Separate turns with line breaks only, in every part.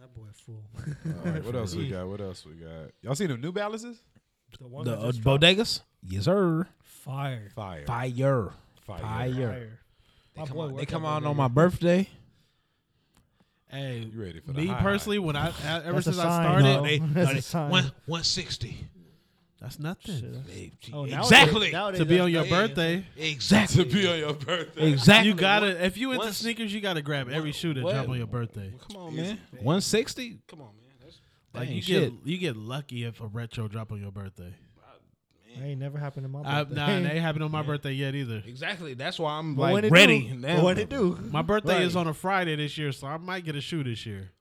That boy a fool.
All right, what else we got? What else we got? Y'all see the New Balances?
The one
The
that
uh,
just dropped
bodegas? Yes, sir.
fire.
Fire.
Fire.
Fire.
Fire.
Fire.
They come,
boy
out,
worked
they come
out
out
there,
on my birthday.
Hey,
You ready for the
me
high, high.
personally? When I a- ever
That's a
since I
sign,
started,
though.
they,
That's a
they-
sign.
one one sixty. That's nothing.
Hey, gee,
Oh, nowadays-
exactly.
nowadays
to be on
that's-
your birthday,
To
Exactly.
be on your birthday.
Exactly.
you gotta. If you into
once-
sneakers, you gotta grab every shoe that
what-
drop on your birthday.
Come on, man.
160?
Come on, man. That's,
Like
Dang,
you
shit.
get you get lucky if a retro drop on your birthday.
That ain't never happened in my
I,
birthday.
nah, it ain't happened on my birthday yet either.
Exactly. That's why I'm
But
like
when it
ready.
Do,
now.
but when it do?
My birthday is
Right.
on a Friday this year, so I might get a shoe this year,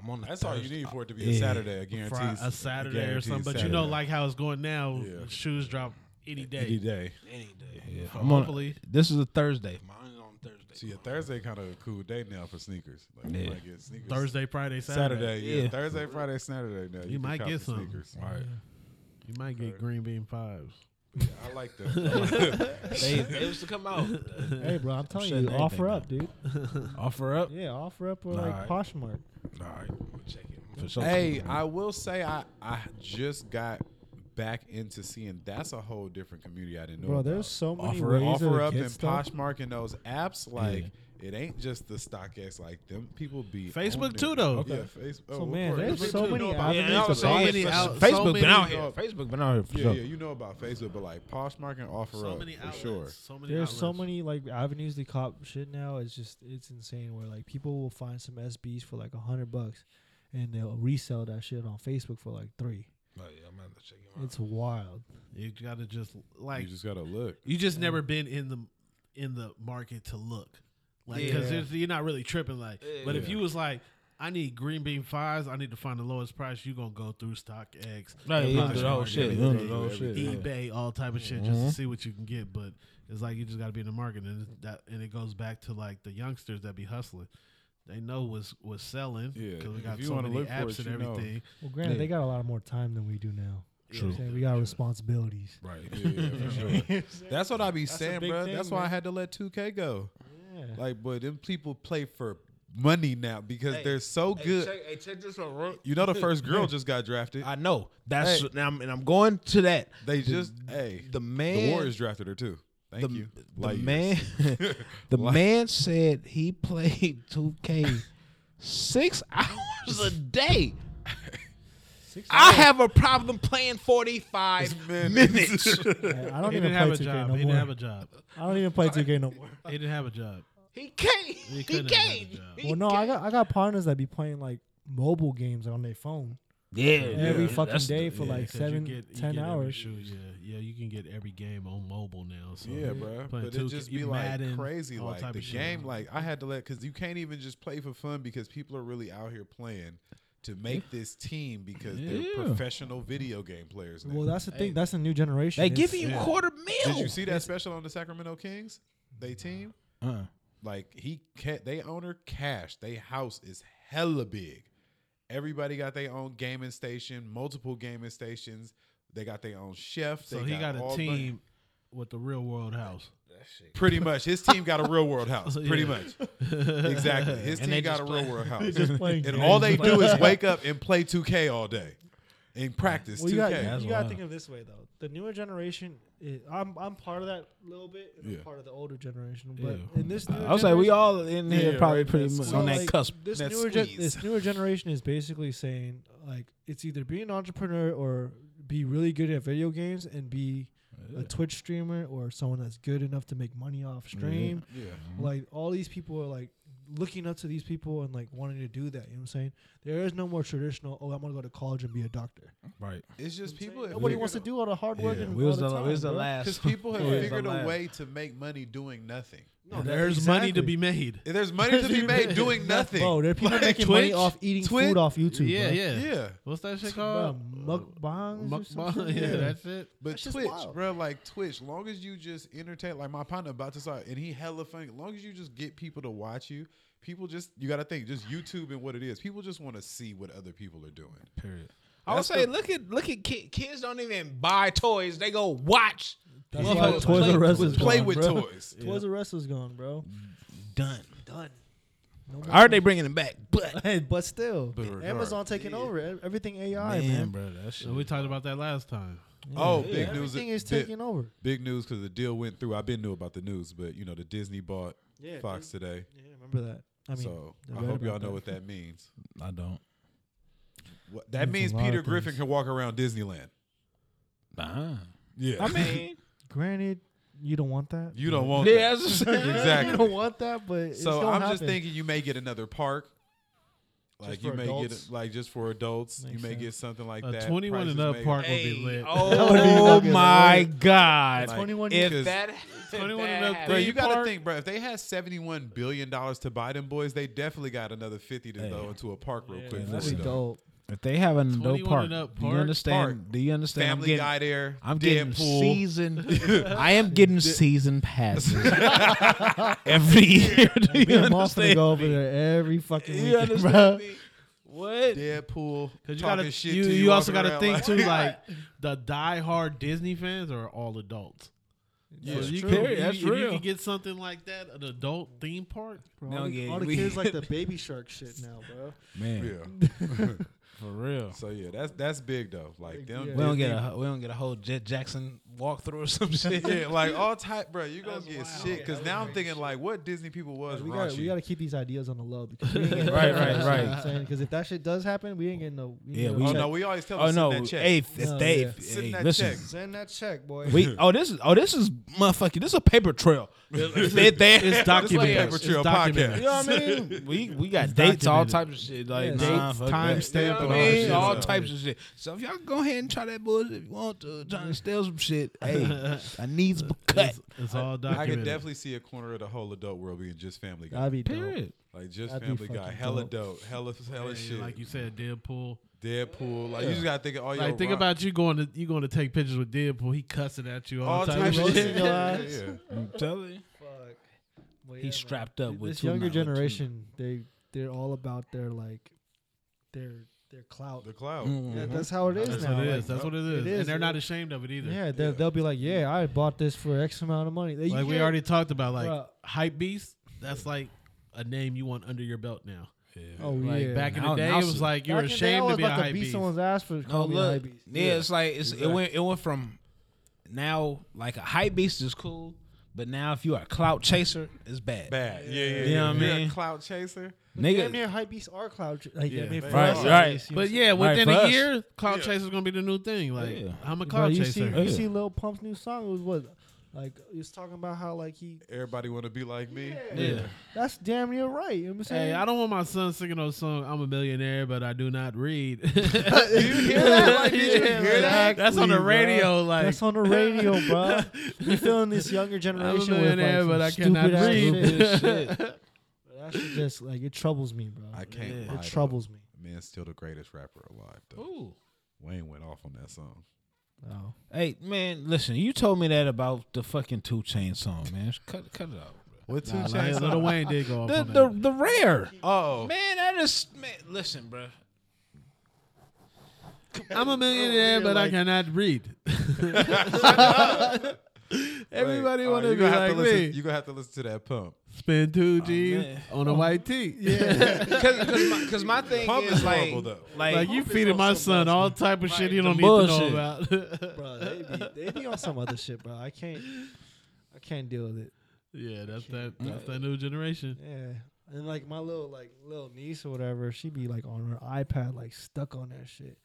I'm on the
that's all you
Thursday.
need for it to be a
Yeah.
Saturday. I
Fri-
guarantee
a Saturday or something. But you know, like how it's going now,
Yeah.
shoes drop any day.
any day.
Yeah,
So
I'm on-
hopefully,
this is a Thursday.
See, a Thursday kind of a cool day now for sneakers. Like you
Yeah.
might get sneakers
Thursday, Friday, Saturday,
Saturday, yeah.
Yeah.
Thursday, Friday, Saturday. Now you, can
might
cop
get
the
some.
sneakers.
Right.
you might get green bean fives.
Yeah, I like that.
they, they was to come out.
Hey, bro, I'm telling
shutting
you, offer
everything
up, dude.
Offer up.
Yeah, offer up or
Nah,
like
I-
Poshmark.
All right.
Check it.
For sure.
Hey, I will say I I just got back into seeing that's a whole different community I didn't know
Bro,
about.
there's so many
Offer-
ways
offer
to
up
get
and
stuff.
Poshmark and those apps like it ain't just the StockX like them people be
Facebook
on
too,
there.
though.
Yeah, oh, Facebook.
So man,
But
there's so
you know
many
about-
avenues
Yeah,
to
so
buy
many
stuff.
out-
Facebook
so
been
many-
out here. Facebook been out here for
Yeah,
sure.
yeah, you know about Facebook, but like Poshmark and offer
So
up
many
for
outlets.
sure.
So many.
There's so
outlets.
many like avenues to cop shit now. It's just it's insane where like people will find some SBs for like a hundred bucks, and they'll resell that shit on Facebook for like three. It's wild.
You gotta just like
you just gotta look.
You just never been in the in the market to look, like because
Yeah.
you're not really tripping. Like, but if you was like, I need green bean fries, I need to find the lowest price. You gonna go through StockX,
Right,
and
you gonna do the whole
Poshmark,
shit. You
everything,
gonna do the whole shit, yeah. Mm-hmm.
eBay, all type of shit, just to see what you can get. But it's like you just gotta be in the market, and it's that and it goes back to like the youngsters that be hustling. They know what's what's selling
Yeah,
because we
if
got
you
so
wanna
many
look for
apps
it,
and
you know.
everything.
Well, granted,
Yeah.
they got a lot more time than we do now. You know what I'm
True.
saying? we got responsibilities.
Right.
Yeah, for sure. That's what I be
a
saying,
big
bro.
thing,
That's why I
man.
had to let 2K go.
Yeah.
Like, but them people play for money now because they're so good. you know, the first girl just got drafted.
I know. That's
Hey.
and, I'm, and I'm going to that.
they
The-
just hey, the
the man.
Warriors drafted her too. Thank
the,
you.
the
Light years.
man. the man said he played 2K six hours a day. I have a problem playing 45 minutes.
Hey, I don't
He
even play
didn't have a
2K
job.
no
he
more.
didn't have a job.
I don't even play 2K no more.
He didn't have a job.
he can't. He,
couldn't
can't.
have done the job.
He
Well, no, I
can't.
got I got partners that be playing like mobile games on their phone
yeah,
every
yeah,
fucking
that's the-
day for
Yeah,
like
'cause you
seven,
get- you
ten
get every
hours.
shoe, yeah, yeah, you can get every game on mobile now. So
Yeah, bro.
Mm-hmm. Playing
But it
2K,
just be
you
like
Madden,
crazy.
all
Like
type
the
of shit.
game, like I had to let because you can't even just play for fun because people are really out here playing to make this team because
Yeah.
they're professional video game players. Now.
Well, that's the thing. That's the new generation.
They
It's-
giving you
Yeah.
quarter meal.
Did you see that special on the Sacramento Kings? They team
Uh,
Uh-uh.
like he ca- they owner cash. They house is hella big. Everybody got their own gaming station, multiple gaming stations. They got their own chef.
So
they
he got,
all
a
the-
team with the real world house.
Pretty much, his team got a real world house.
Yeah.
Pretty much, exactly. His
And they
team got
just
a
play-
real world house,
playing
and
games.
all they do is wake up and play 2K all day, and practice
Well,
2K.
you got
That's
you got to
wild.
think of it this way though. The newer generation, is, I'm I'm part of that little bit, and
Yeah.
I'm part of the older generation. But
Yeah.
in this, newer
I was like, we
generation-
all in here
Yeah,
probably
right,
pretty
that's
much
cool.
on
Well,
that
like,
cusp.
This
that
newer, gen-
squeeze.
this newer generation is basically saying like it's either be an entrepreneur or be really good at video games and be a Twitch streamer or someone that's good enough to make money off stream.
yeah, Mm-hmm.
Like all these people are like looking up to these people and like wanting to do that. You know what I'm saying? There is no more traditional. Oh, I'm gonna go to college and be a doctor.
Right.
it's just people. if
Nobody
you
wants to
could-
do all the hard work. and
we
all
was the,
the, time,
we was the
bro.
Because
last.
people have
Yeah.
figured a
Last.
way to make money doing nothing.
No, that-
There's money to
exactly.
be made.
If There's money to be made doing nothing.
Bro, there are people making money
Twitch,
off eating
Twitch,
food off YouTube.
yeah,
bro.
yeah,
yeah,
What's that shit
Bro,
called?
mukbangs. or some
Mukbang.
shit?
Yeah, that's it.
but
That's just
Twitch,
wild.
bro, like Twitch. Long as you just entertain, like my partner about to start, and he hella funny. Long as you just get people to watch you, people just you got to think just YouTube and what it is. People just want to see what other people are doing.
Period. I would
That's
say,
the-
look at look at kids. Kids don't even buy toys; they go watch.
That's
Motherfuckers
why
play
Toys R Us
with-
is
Play
gone,
with
bro.
toys.
Toys R Us was gone, bro.
Done.
Done. No
I heard they bringing them back, but
more. but still,
But regard-
Amazon taking over E- everything AI, man.
Man,
bro, that shit. we talked about that last time.
Oh,
Yeah,
big news.
Everything is
big-
taking over.
Big news because the deal went through. I've been knew about the news, but you know the Disney bought
Yeah,
Fox today,
Yeah, remember that. I mean,
so
they
I
read
hope y'all
about
know
that.
what that means.
I don't.
What, that
Means
means
a lot
Peter
of
Griffin
things.
can walk around Disneyland.
Nah.
Yeah,
I mean,
granted, you don't want that.
you don't want
yeah,
that.
that's what I'm saying.
Exactly.
you don't want that, but it's
So
gonna
I'm
happen.
just thinking you may get another park. Like
Just
you
for
may
adults?
get like just for adults, you
Makes
may
sense.
get something like
A
that.
21 and
Prices
up
may-
park would be
Hey,
would
lit.
be
oh
fucking
my
lit.
god!
Like,
21
If
because-
that, if
21
that
and up
Bro,
happened-
you got to
park.
think, bro. If they had seventy-one billion dollars to buy them boys, they definitely got another fifty to
Hey.
throw into a park real
Yeah,
quick.
man,
for
that'd
it,
be
though.
dope.
if they have an
21
adult
and
park,
up
do you
park,
understand?
park.
Do you understand?
Family
I'm getting,
Guy there.
I'm getting
Deadpool.
season. I am getting season passes every year. Do
Me
you
and Mom finna
understand?
go over there every fucking
Do
weekend,
you
bruh.
understand me? What?
Deadpool.
Cause you
talking
gotta,
shit
you,
to you.
you, also
got to
gotta think too, like the die-hard Disney fans are all adults.
Yeah,
so you
true.
Can,
Yeah,
you-
that's
if you
real.
can get something like that, an adult theme park.
Bro,
No,
all, the,
yeah,
all the
we-
kids like the baby shark shit now, bro.
Man,
yeah.
for real.
So yeah, that's that's big though. Like
Like,
them.
yeah.
We don't
Disney-
get a we don't get a whole Jet Jackson walkthrough or some shit.
Yeah, like all type, bro. You gonna
That's
get
wild.
shit because
Yeah,
now I'm
that's
thinking like, what Disney people was
we
raunchy.
gotta, we gotta keep these ideas on the low because we ain't getting
Right,
no-
right,
you know
right.
what I'm saying because if that shit does happen, we ain't getting no. We ain't
Yeah,
getting
we-
oh
no
check.
no, we always tell
Oh
them
no!
send that check.
Hey, if, if
No,
they
yeah.
if-
Send
hey,
that
listen,
check.
Send that check, boy.
we oh this is oh this is motherfucking this is a paper trail. it's, it, they,
It's documented.
paper
It's
trail
documented.
you know what I mean? We we got
It's
dates, all
documented.
types of shit, like
Yeah,
nah,
dates,
fuck
time
that.
stamp,
You
and
know what I
all
mean?
shit.
all
Yeah.
types of shit. So if y'all go ahead and try that bullshit if you want to, trying to steal some shit, hey, I needs be cut.
It's, it's all
I
documented.
could definitely see a corner of the whole adult world being just Family Guy,
That'd be dope.
like just
that'd be
Family Guy,
fucking
hella
dope.
dope, hella hella
Yeah,
shit, Oh,
Like you said, Deadpool.
Deadpool. Like you just gotta think of all your.
Like think
raun-
about you going to you going to take pictures with Deadpool. He cussing at you all,
all
the time.
types of
Roasting
shit.
your
Yeah,
eyes.
yeah.
I'm telling you,
Fuck. But yeah,
he's
man.
strapped up
Th-
with
this
two
younger
nine- with two-
generation. They they're all about their like, their their clout.
The Mm-hmm. cloud.
Yeah,
Mhm.
that's how it is
That's
now.
what it
like,
is. That's what it is.
is,
And they're not
yeah.
ashamed of it either.
Yeah, they'll,
Yeah.
they'll be like, yeah, I bought this for X amount of money. They- you
Like we
can't-
already talked about, like
Bruh.
hype beast. That's like a name you want under your belt now.
Oh
Like
yeah.
back in
Now-
the day,
now
it was
so-
like you're
Back in the day, I
ashamed
was
to be a
about
hype
beat
beast.
someone's ass for
No,
calling me a
Oh, look,
hype beast.
yeah, it's like it's, it went it went from now like a hype beast is cool, but now if you are a clout chaser, it's bad.
Bad. Yeah, yeah.
You know what I
You're a
mean?
Cloud chaser.
Damn
Nigga,
near hype beast are cloud. ch- Like,
Yeah.
damn near
Right,
for us,
right.
at least, you know
But
what I'm saying?
yeah,
Right,
within
for
a
us.
year, cloud
Yeah.
chaser's gonna be the new thing. Like
Yeah.
I'm a
Bro,
cloud
you see,
chaser.
you
Yeah.
see Lil Pump's new song was what, like he was talking about how like he.
Everybody want to be like me.
yeah.
That's damn near right. You know what I'm saying?
Hey, I don't want my son singing those song. I'm a millionaire, but I do not read.
Did you hear that? Like, did you
Yeah,
hear that?
exactly,
That's on the
bro.
radio, like-
that's on the radio, bro. You're feeling this younger generation with like,
millionaire,
some
but I
stupid
cannot
ass
read.
little
Stupid
bitch
shit.
That shit just like it troubles me, bro.
I can't.
Yeah.
lie,
It
though.
troubles me.
Man's still the greatest rapper alive. Though.
Ooh.
Wayne went off on that song.
Oh.
hey man, listen, you told me that about the fucking two chain song, man. Cut cut it out.
What two
Nah, like, Lil Wayne did go off
The
on
the
that.
the rare.
Oh,
Man, that is man, listen, bro.
I'm a millionaire, but I cannot read. Everybody
Wait,
want
all right,
to be
Oh, you gonna have
like
to listen-
me.
You gonna have to listen to that pump.
Spend two G's
man.
on a white tee. Yeah,
Because my, 'cause my thing
Pump
is,
is
like,
horrible, though.
like,
like you feeding my son all type of shit he don't
some
need to
bullshit.
know about.
Bro, they be, they be on some other shit, bro. I can't, I can't deal with it.
yeah, that's that. That's that new generation.
Yeah, and like my little like little niece or whatever, she be like on her iPad, like stuck on that shit.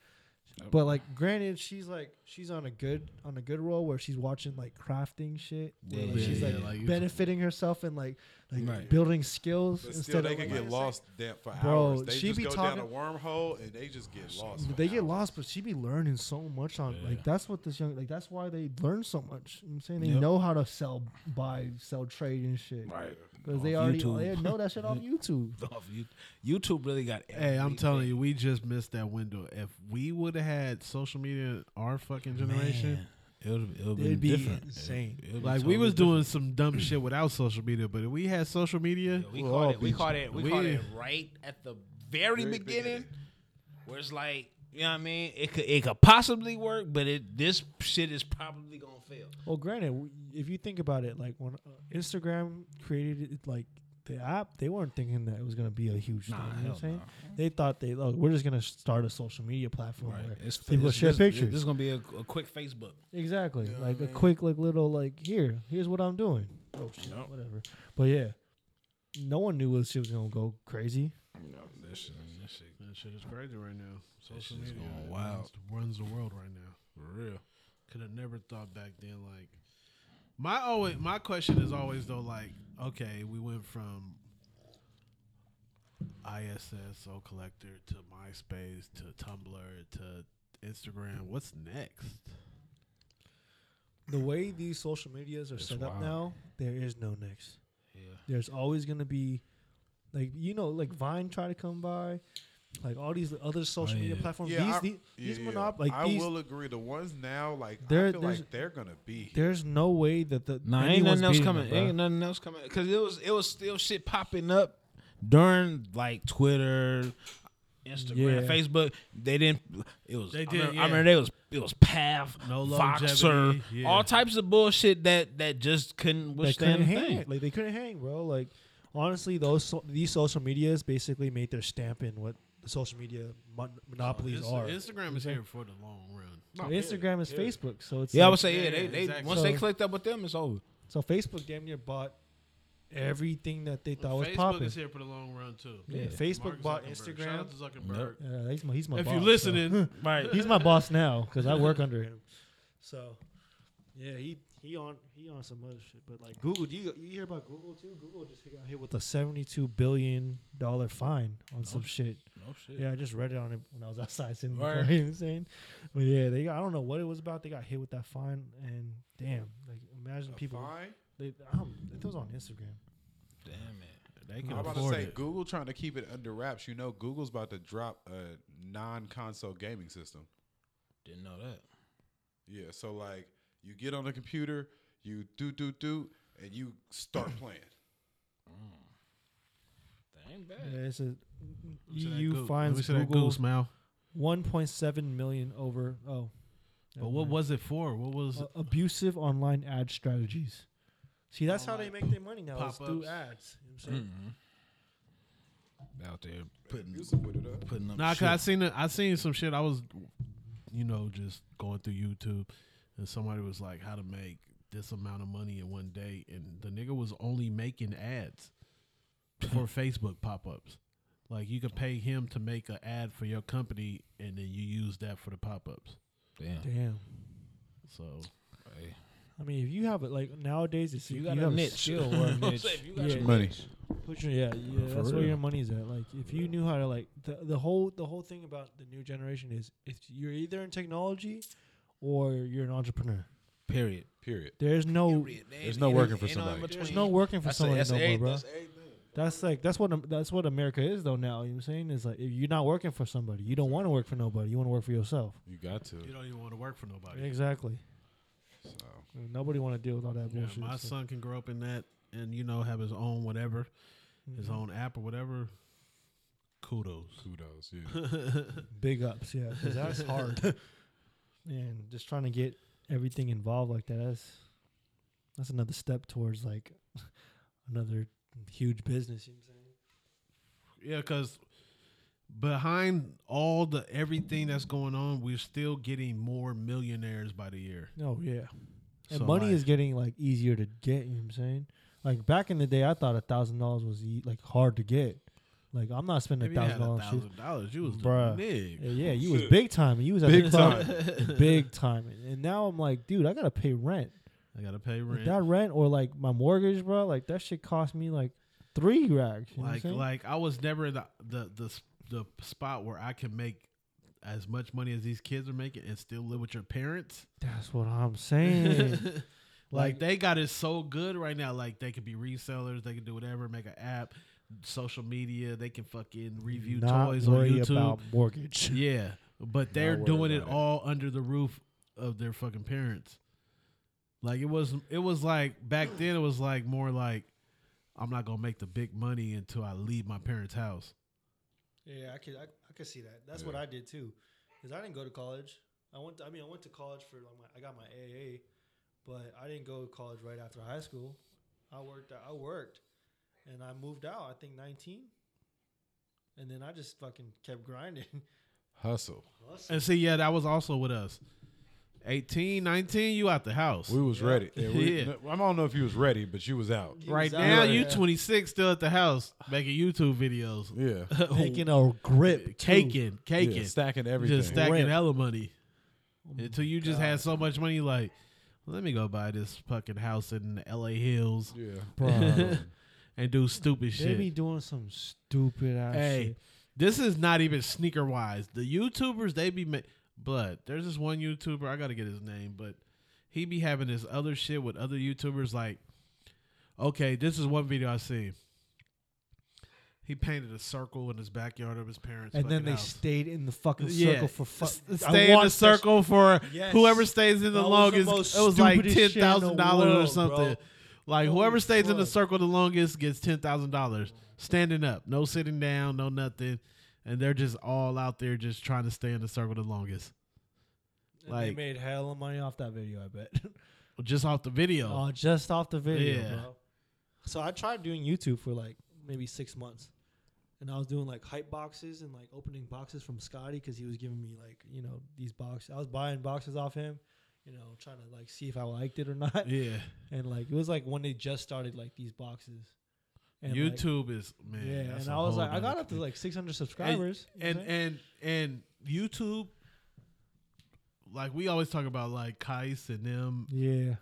But like, granted, she's like she's on a good on a good roll where she's watching like crafting shit. where,
Yeah,
like,
yeah,
she's
yeah,
like,
like you-
benefiting herself and like like
Right.
building skills
But still,
instead
they
of
could
like-
get lost damn for
Bro,
hours. They
she
just
be
go down a
talking-
wormhole and they just get lost. for
They get
hours.
lost, but she be learning so much on like that's what this young like that's why they learn so much. You know what I'm saying they
Yep.
know how to sell, buy, sell, trade and shit.
Right.
because they
Off
already
YouTube.
they know that shit off YouTube.
off you- YouTube really got.
Hey, I'm
everything.
telling you, we just missed that window. If we would have had social media in our fucking generation,
Man, it would it would
It'd be
be different.
insane.
It- it would be
like
totally
we was
different.
doing some dumb shit without social media, but if we had social media,
We
we'll
caught
all
it. We
be-
caught it. We, caught
we-
it right at the very
Very
beginning,
beginning.
where it's like, you know what I mean? It could it could possibly work, but it this shit is probably gonna fail.
Well, granted, w- if you think about it, like when uh, Instagram created it, like the app, they weren't thinking that it was gonna be a huge
Nah,
thing. You know
hell
what I'm saying?
nah.
They thought they look, we're just gonna start a social media platform.
Right.
Where
It's,
people
it's,
share
this,
pictures.
This is gonna be a, a quick Facebook.
Exactly.
Yeah,
like
man.
a quick like little like here, here's what I'm doing. Oh shit,
Yep.
whatever. But yeah. No one knew this shit was gonna go crazy.
You know, this shit, this shit.
That shit is crazy right now. Social
shit is
media
going
runs,
wild.
runs the world right now. For real. Could have never thought back then. Like my always my question is always though. Like okay, we went from ISSO collector to MySpace to Tumblr to Instagram. What's next?
The way these social medias are
It's
set up
wild.
now, there is no next.
Yeah.
There's always gonna be like you know, like Vine tried to come by, like all these other social media
Oh, yeah.
platforms.
Yeah, I-
these these, these
Yeah,
monop- like
I
these
will agree. The ones now, like I
There-
feel
there's-
like they're gonna be. here.
there's no way that the
Nah, ain't
anyone's
nothing else
beating
coming.
Them,
ain't
bruh.
nothing else coming because it was it was still shit popping up during like Twitter, Instagram,
Yeah.
Facebook. They didn't. It was.
They did,
They did. I remember,
yeah.
I remember they was. It was Path,
No
Voxer,
longevity, yeah.
all types of bullshit that that just couldn't
they couldn't
withstand the
hang.
thing.
it. Like they couldn't hang, bro. Like honestly, those so- these social medias basically made their stamp in what the social media mon- monopolies
Insta-
are.
Instagram is here for the long run.
So Instagram is Facebook, so it's
Yeah, I
like-
would say yeah.
Yeah,
They, they
exactly.
once they
So-
clicked up with them, it's over.
so Facebook damn near bought everything that they thought was
Facebook
popping.
is here for the long run too.
Yeah,
Yeah.
Facebook
Mark
bought
Zuckerberg.
Instagram.
Shout out to Zuckerberg.
Nope.
Yeah, he's my, he's my
If
boss.
you're
so-
listening,
Right.
he's my boss now because I work under him. So, yeah, he he on he on some other shit. But like Google, do you you hear about Google too? Google just got hit with a seventy-two billion dollar fine on some Oh, shit.
No shit.
Yeah, I just read it on it when I was outside sitting in the
Word.
car, you know what I'm saying? But yeah, they got, I don't know what it was about. They got hit with that fine, and damn, like imagine
A
people.
fine?
They, I don't, it was on Instagram.
Damn it.
they
I'm
can
about to
afford
say
it.
Google trying to keep it under wraps. You know, Google's about to drop a non-console gaming system.
Didn't know that.
Yeah, so like you get on the computer, you do do do, and you start playing.
That ain't bad.
Yeah, it's a
Let me see that
EU
Goog- let
fines
me see that
Google
Google smile.
one point seven million over. Oh,
But
never
what
mind.
was it for? What was
Uh, abusive online ad strategies? See, that's how they
Online
make their money now. Is through
pop-ups.
ads. You know what I'm saying?
Mm-hmm. Out there
Putting
putting
music with it up.
putting up.
Nah,
shit.
cause I seen it. I seen some shit. I was, you know, just going through YouTube, and somebody was like, "How to make this amount of money in one day?" And the nigga was only making ads for Facebook pop ups. Like you could pay him to make an ad for your company, and then you use that for the pop ups.
Damn.
Damn.
So
Hey.
I mean, if you have it like nowadays, it's
You got
have
a
s-
niche.
you have a
I'm
niche.
saying, if you got
Yeah.
your
Money.
niche,
Put your- yeah, yeah.
For
that's where
real.
your money's at. Like, if you knew how to like the the whole the whole thing about the new generation is if you're either in technology or you're an entrepreneur.
Period.
Period.
There's no
Period. They
There's
ain't-
no
ain't
working for
ain't in
somebody.
there's
between.
no working for
That's
someone
it, that's
no more,
every-
bro.
that's everything.
That's like that's what that's what America is though now. You know what I'm saying is like if you're not working for somebody, you don't want to work for nobody. You want to work for yourself.
You got to.
you don't even want to work for nobody.
Exactly.
So
And Nobody want to deal with all that
Yeah,
bullshit.
my
so-
son can grow up in that, and you know, have his own whatever, his
Mhm.
own app or whatever. Kudos.
kudos. Yeah.
big ups, yeah, 'cause that's hard. and just trying to get everything involved like that, that's that's another step towards like another huge business. You know what I'm saying?
Yeah, because behind all the everything that's going on, we're still getting more millionaires by the year.
No, Oh, yeah. And
So,
money
like-
is getting like easier to get. You know what I'm saying? Like back in the day, I thought a thousand dollars was e- like hard to get. Like I'm not spending
If
a
you had
thousand
a
dollars.
thousand dollars, you was the
Bruh.
nigga.
Yeah, yeah, you was big time. You was at
Big
the club. big time. And now I'm like, dude, I gotta pay rent.
I gotta pay
Like,
rent.
that rent or like my mortgage, bro. Like that shit cost me like three racks. You know what I'm
like,
saying?
like I was never in the, the the s- the spot where I can make as much money as these kids are making and still live with your parents.
that's what I'm saying.
Like
Mm. like
they got it so good right now. Like they could be resellers, they can do whatever, make an app, social media, they can fucking review
not
toys on
worry
YouTube.
about mortgage.
Yeah, but they're
worried
doing it
about it.
all under the roof of their fucking parents. Like it was, it was like back then. It was like more like, I'm not gonna make the big money until I leave my parents' house.
Yeah, I could I, I could see that. That's
what Yeah. I
did too, because I didn't go to college. I went. I mean, I went to college for like my, I got my AA, but I didn't go to college right after high school. I worked. I worked. and I moved out. I think nineteen, and then I just fucking kept grinding.
Hustle.
And see, yeah, that was also with us. 18, 19, you out the house.
We was ready. Yeah, we-
Yeah.
I don't know if you was ready, but you was out.
He
right
was out
now,
there
you 26 still at the house making YouTube videos.
Yeah.
taking a grip, too.
Caking, caking.
Yeah, stacking everything.
Just stacking
Rent. Oh
hella money. Until you just had so much money, like, let me go buy this fucking house in the LA Hills
yeah.
and do stupid
They
shit.
be doing some stupid ass
hey,
shit.
this is not even sneaker wise. The YouTubers they be ma- but there's this one YouTuber I gotta get his name, but he be having this other shit with other YouTubers. Like, okay, this is one video I see. He painted a circle in his backyard of his parents,
And then
fucking
they
house.
stayed in the fucking
Yeah.
circle for fuck.
S- stay in the circle for
Yes.
whoever stays in
That
the
was the
longest.
most
it was like
stupidest
ten
shit in the
thousand dollars or
world,
something.
bro.
Like whoever
Holy
stays in the
fuck.
circle the longest gets ten thousand dollars. Standing up, no sitting down, no nothing, and they're just all out there just trying to stay in the circle the longest,
they
like-
made hell of money off that video. I bet.
just off the video.
oh, just off the video,
Yeah.
bro. So I tried doing YouTube for like maybe six months, and I was doing like hype boxes and like opening boxes from Scotty because he was giving me like you know these boxes. I was buying boxes off him, you know, trying to like see if I liked it or not.
yeah,
And like it was like when they just started like these boxes. And like,
YouTube is man.
yeah,
that's
and
a
I was
whole
like, I
nother
got up to
thing.
like 600 subscribers. you know
and
what I'm saying?
and and YouTube. Like we always talk about, like Kais and them,
yeah.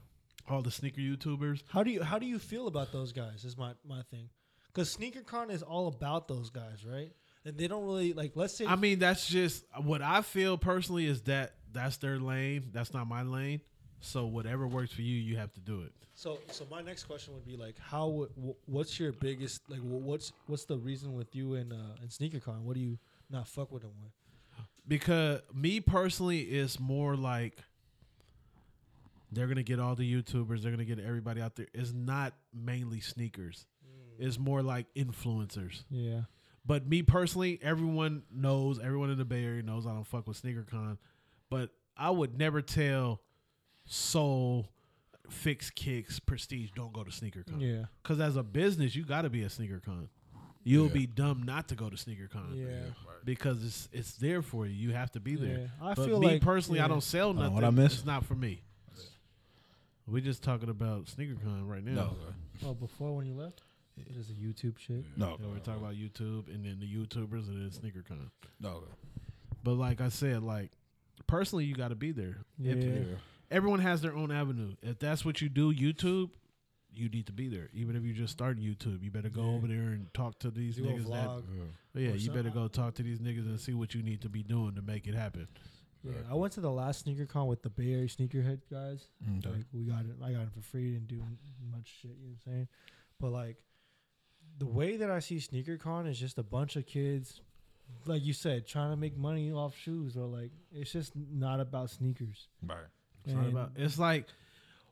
all the sneaker YouTubers.
How do you how do you feel about those guys? Is my my thing. Because SneakerCon is all about those guys, right? And they don't really like. Let's say
I mean, that's just what I feel personally is that that's their lane. That's not my lane. So whatever works for you, you have to do it.
so. So my next question would be like, how? would- wh- What's your biggest like? wh- What's what's the reason with you and uh and SneakerCon? What do you not fuck with them with?
Because me personally, it's more like they're gonna get all the YouTubers. They're gonna get everybody out there. It's not mainly sneakers. It's more like influencers.
Yeah,
But me personally, everyone knows, everyone in the Bay Area knows I don't fuck with SneakerCon. But I would never tell Soul, Fix Kicks, Prestige, don't go to SneakerCon.
yeah,
Because as a business, you got to be a SneakerCon. You'll
Yeah.
be dumb not to go to SneakerCon.
yeah.
Because it's it's there for you. You have to be there.
Yeah. I
but
feel
me
like-
personally, I
yeah.
don't sell
know
nothing.
Oh, what I missed.
It's not for me. We just talking about SneakerCon right now.
No,
Oh, before when you left, just a YouTube shit.
no,
Yeah, we're talking about YouTube and then the YouTubers and then SneakerCon.
no.
But like I said, like personally, you got to be there. If-
Yeah.
everyone has their own avenue. If that's what you do, YouTube, you need to be there. Even if you just start YouTube, you better go
Yeah.
over there and talk to these
Do a
niggas.
vlog.
That, yeah,
or
you better
something.
go talk to these niggas and see what you need to be doing to make it happen.
Yeah, I went to the last sneaker con with the Bay Area sneakerhead guys.
Mm, Okay.
Like we got it, I got it for free. Didn't do much shit. You know what I'm saying? But like, the way that I see sneaker con is just a bunch of kids, like you said, trying to make money off shoes, or like it's just not about sneakers.
Right.
It's, not
And-
about- it's like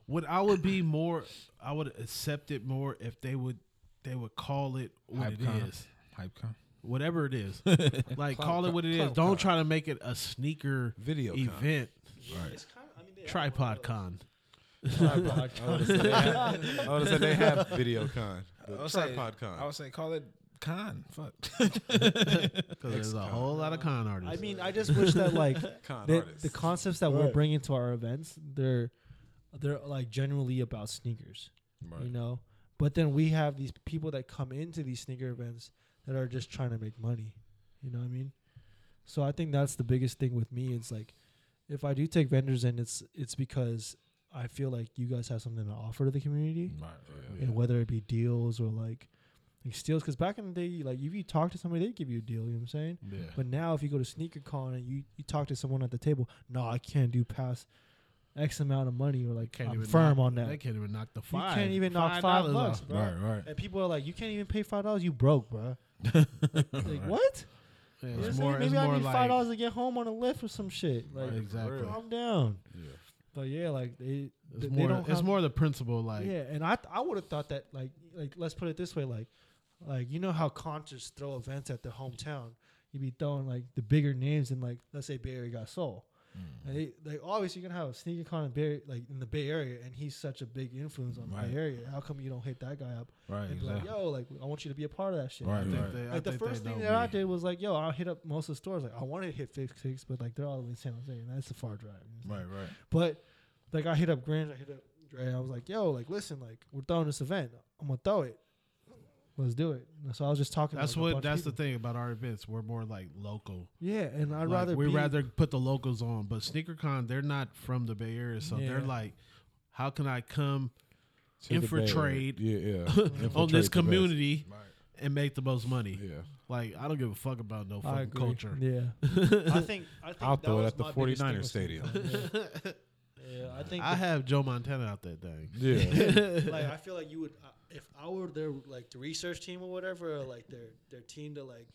what I would be more, I would accept it more if they would, they would call it what it is.
Hypecon. HypeCon.
whatever it is, like call it what it is.
clout
Don't
con.
try to make it a sneaker
Video con.
event.
It's kind of, I mean, they
Tripod con.
Tripod
I would have said, they have- I would've said Oh, they have video con.
I
The
would say-
tripod
I
con.
would say call it con. Fuck.
Because there's a whole lot of con artists.
I mean, I just wish that like
Con
the,
artists.
the concepts that we're bringing to our events, they're they're like generally about sneakers, you know. But then we have these people that come into these sneaker events that are just trying to make money. You know what I mean? So I think that's the biggest thing with me. It's like if I do take vendors in, it's it's because I feel like you guys have something to offer to the community, and whether it be deals or like. Like steals, because back in the day, like if you talk to somebody, they give you a deal. You know what I'm saying?
yeah.
But now, if you go to sneaker con and you, you talk to someone at the table, no, I can't do past X amount of money, or like I'm firm
knock,
on that.
They
You
can't even knock the five.
can't even knock five
dollars
bucks,
off.
bro.
right.
And people are like, you can't even pay five dollars. You broke, bro. like, like, what?
Yeah,
You know what I'm
it's
saying?
more.
Maybe
it's
I
more
need
like,
five dollars to get home on a lift or some shit. Like,
Exactly.
calm down.
Yeah.
But yeah, like they, they
It's more.
don't
It's
have-
more the principle. Like
yeah, and I th- I would have thought that like like let's put it this way like like you know how concerts throw events at their hometown. You'd be throwing like the bigger names in like let's say Bay Area got soul. And they, like obviously you're gonna have a sneaker con in Bay, like in the Bay Area, and he's such a big influence on
Right.
the Bay Area. How come you don't hit that guy up
Right.
and be like,
Exactly.
yo, like I want you to be a part of that shit?
Right.
I think
Right.
they, I
Like the
think they
first thing
know
that I
me.
did was like, yo, I'll hit up most of the stores. Like I wanted to hit Fix Six, but like they're all the way in San Jose, and that's a far drive.
Right. Right.
But like I hit up Grange, I hit up Dre. I was like, yo, like listen, like we're throwing this event. I'm gonna throw it. Let's do it. And so I was just talking. to,
That's
like, a bunch
what.
of
That's the
people.
thing about our events. We're more like local.
Yeah, and I'd
Like,
rather
we
be-
rather put the locals on, but SneakerCon they're not from the Bay Area, so they're
Yeah.
like, how can I come
To the Bay Area.
Infiltrate.
Yeah, yeah.
on
Infiltrate the
this
best.
community
Right.
and make the most money?
Yeah.
Like I don't give a fuck about no
I
fucking
agree.
culture.
Yeah,
I think, I think
I'll
that
throw it
was
at the
my biggest thing
49er
with
stadium.
Sneaker Con, Yeah, Yeah, I think
I
the-
have Joe Montana out that thing.
Yeah.
like I feel like you would uh, if I were their like the research team or whatever, or, like their their team to like,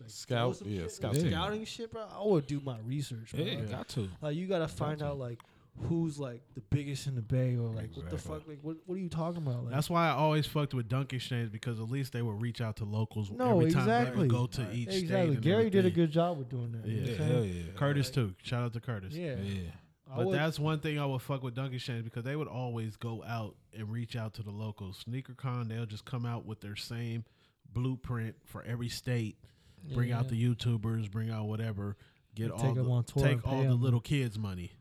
like
Scout-
do some
yeah,
shit,
scout
like,
team.
scouting shit, bro.
I would do my research. Bro.
Yeah. Got to.
Like you gotta find out like who's like the biggest in the bay or like what the
Exactly.
fuck like what what are you talking about? Like,
That's why I always fucked with dunk exchange because at least they would reach out to locals
No,
every time they
exactly.
would go to each state.
exactly.
and
Gary did a
everything.
good job with doing that. you know
Yeah.
what I'm
Hell
saying?
yeah.
Curtis too. Shout out to Curtis.
yeah.
Yeah.
I
But
would-
that's one thing I would fuck with Dunk Exchange because they would always go out and reach out to the locals. Sneaker Con, they'll just come out with their same blueprint for every state. Bring out
Yeah.
the YouTubers, bring out whatever. Get all
take
the,
'em on tour
take
and pay
all the
'em.
little kids money.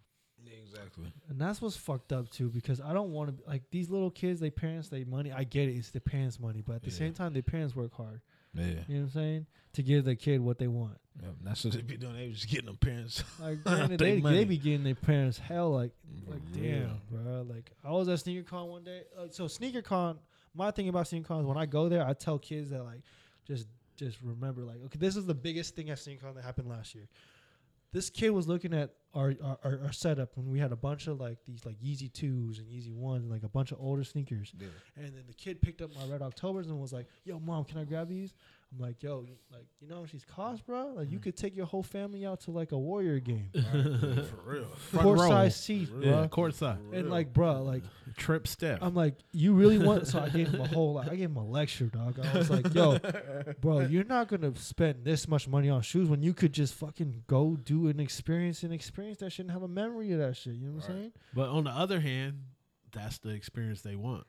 Yeah, exactly.
And that's what's fucked up too, because I don't want to like these little kids. They parents, they money. I get it; it's their parents' money, but at the
Yeah.
same time, their parents work hard.
Yeah.
You know what I'm saying? To give their kid what they want.
Yep, That's what they be doing. They was getting them parents.
Like granted,
They
they, they
money.
be getting their parents hell. Like
Mm,
like
Yeah.
damn, bro. Like I was at sneaker con one day. Like, so sneaker con. My thing about sneaker con is when I go there, I tell kids that like just just remember like okay, this is the biggest thing at sneaker con that happened last year. This kid was looking at our our, our, our setup and we had a bunch of like these like Yeezy twos and Yeezy ones and like a bunch of older sneakers.
Yeah.
And then the kid picked up my Red Octobers and was like, "Yo, mom, can I grab these?" I'm like, "Yo, you- like you know what she's cost, bro? Like you could take your whole family out to like a Warrior game,
For real.
Front
court
row.
size seats, bro."
Yeah, courtside.
And like, bro, like
Trip step.
I'm like, you really want? So I gave him a whole, lot. I gave him a lecture, dog. I was like, yo, bro, you're not gonna spend this much money on shoes when you could just fucking go do an experience and experience that shit and have a memory of that shit. You know what I'm saying?
but on the other hand, that's the experience they want.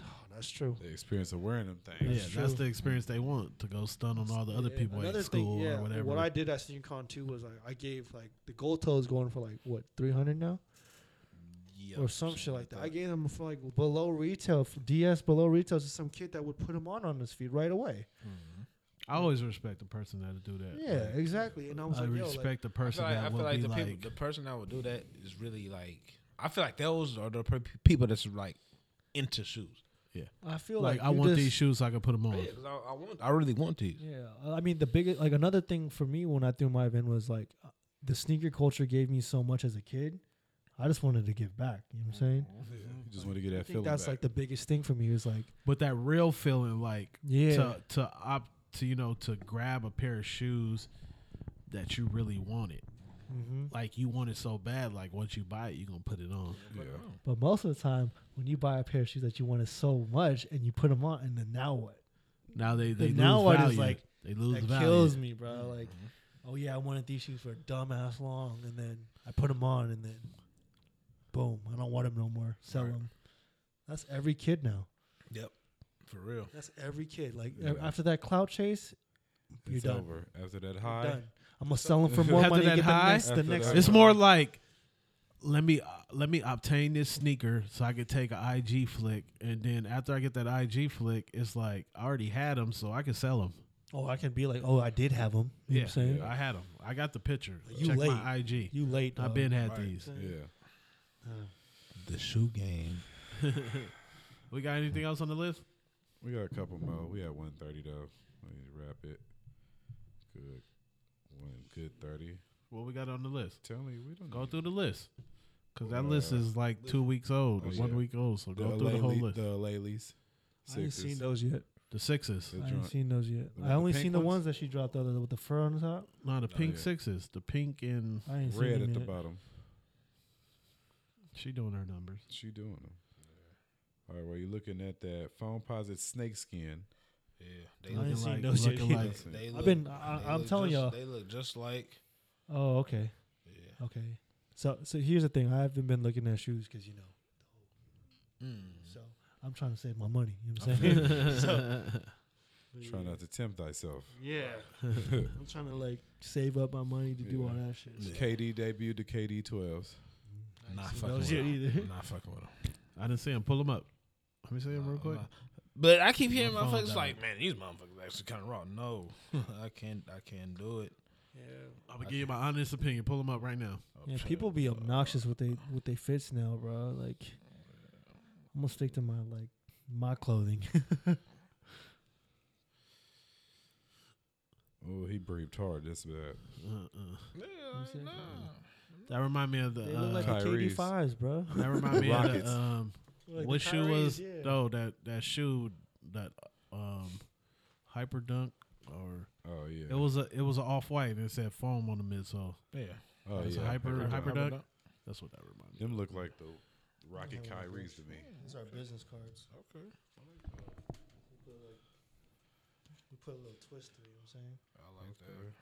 Oh, that's true.
the experience of wearing them
Yeah,
things.
that's
true.
the experience they want to go stun on all the other
Yeah,
people at school or whatever.
What I did at Senior Con too was like I gave like the gold toe is going for like what 300 now or some shit like that. I gave them for like below retail, for DS below retail to some kid that would put him on on his feet right away.
I always respect the person that'll do that.
Yeah,
Like,
exactly. And I
I,
was like, yo,
respect
like,
the
I
person
feel like,
that
I
will
feel like
be
the
like.
people, the person that would do that is really like. I feel like those are the per- people that's like into shoes.
I feel
like,
like,
I
you
want
just-
these shoes so I can put them on.
Yeah, 'cause I, I want. I really want these.
Yeah, uh, I mean the biggest like another thing for me when I threw my event was like uh, the sneaker culture gave me so much as a kid. I just wanted to give back. You know what I'm saying?
You just want to get
Mm-hmm. I
that
think
feeling.
that's
back.
like the biggest thing for me is like
But that real feeling, like
yeah,
to to opt to you know to grab a pair of shoes that you really wanted,
hmm
like you want it so bad. Like once you buy it, you're gonna put it on.
Yeah.
but most of the time when you buy a pair of shoes that you wanted so much and you put them on and then now what?
Now they they
And
lose
now what is,
value.
like,
they lose
that
value.
kills me, bro. Like, oh yeah, I wanted these shoes for dumbass long, and then I put them on, and then boom, I don't want them no more. Sell
Right.
them. That's every kid now.
Yep, for real.
That's every kid. Like e-
Yeah.
after that clout chase, you're
it's
done.
over. After that
You're
high,
done. I'm gonna sell them for more
After
money.
that
and get
high,
the next, the
After
next.
that
It's
high.
more like let me uh, let me obtain this sneaker so I could take an IG flick, and then after I get that IG flick, it's like I already had them, so I can sell them.
Oh, I can be like, oh, I did have them. You know what I'm saying?
I had them. I got the picture.
You
Check
late.
my IG.
You late.
I've
dog.
been had
Right.
these.
Uh-huh.
yeah.
The shoe game.
We got anything else on the list?
We got a couple more. We at one thirty though. We need to wrap it. Good, one good thirty.
What we got on the list?
Tell me, we don't
Go
need-
through the list. Cause that
Uh,
list is like two weeks old,
Oh,
or one
yeah.
week old. So
the
go through the whole
Lele-
list.
The Laleys.
I ain't seen those yet.
The sixes,
The
I ain't
drunk.
seen those yet.
The
I only
pink
seen the
ones?
ones that she dropped the other with the fur on the top.
no, the
Oh,
pink
yeah.
sixes, the pink and
I ain't seen
Red
them
at the
yet.
bottom.
she doing her numbers.
She doing them. All right, well, you're looking at that phone posit snakeskin.
Yeah,
I
they
ain't
looking
seen
like-
those yet.
looking
either.
like-
They- they
I've
look-
been- I-
they
I'm
look
telling
just-
y'all.
they look just like.
Oh, okay,
Yeah.
okay. So so here's the thing. I haven't been looking at shoes because you know.
Hmm.
So I'm trying to save my money. You know what I'm saying? so,
Try not to tempt thyself.
yeah. I'm trying to like save up my money to do
Yeah.
all that shit. So
KD debuted the KD 12s.
I ain't
Not
seen
fucking
those
with
yet
him.
either.
Not fucking with him.
I didn't see him. Pull him up. Let me see him real quick.
Nah. But I keep hearing
My phone
motherfuckers
died.
like, man, these motherfuckers actually kind of raw. No, I can't. I can't do it.
I'm gonna give you my honest opinion. Pull him up right now.
Yeah, people be obnoxious with they with they fits now, bro. Like, I'm gonna stick to my like my clothing.
Oh, he breathed hard. That's bad.
Uh-uh.
like, nah.
That remind me of the.
they look like
uh,
the KD
Tyrese.
fives, bro.
that remind me of
Rockets.
the. Um, what shoe was? No, that that shoe that um, hyper dunk or
Oh yeah.
it was a it was an off white and it said foam on the midsole.
Yeah.
oh
it's a
yeah.
hyper-
Hyper
hyper
dunk.
dunk. That's what that reminded me.
Them look like the Rocket
Oh,
Kyrie's to me.
These are business cards.
Okay.
We put, like, we put a little twist to it. You know
I like that.
Okay.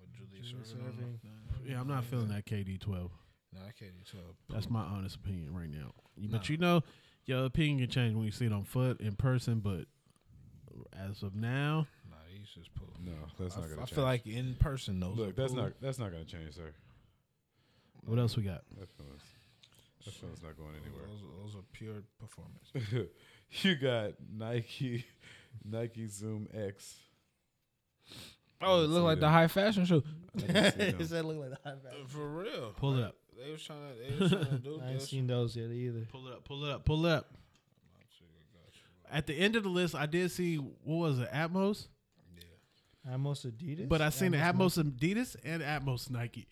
With Julie,
Julie
Serving on
Serving.
the-
Yeah, I'm not feeling that KD twelve.
Nah, I can't do twelve.
That's my honest opinion right now. You- But
Nah.
you know, your opinion can change when you see it on foot in person. But as of now,
Nah, he's just pull.
No, that's
I,
not
f-
gonna
I
change.
feel like in person though.
look, that's not that's not gonna change, sir.
what else we got?
That feeling's that feeling's not going anywhere.
Those, those are pure performance.
you got Nike, Nike Zoom X.
Oh, it
see
looked like the
that.
high fashion shoe.
I didn't see
Does
them.
that look like the high value?
For real.
Pull it up.
They was trying to. They was trying to do
I ain't
this.
seen those yet either.
Pull it up. Pull it up. Pull it up. At the end of the list, I did see what was it, Atmos,
Atmos Adidas.
but I seen
Atmos
Atmos Adidas and Atmos Nike.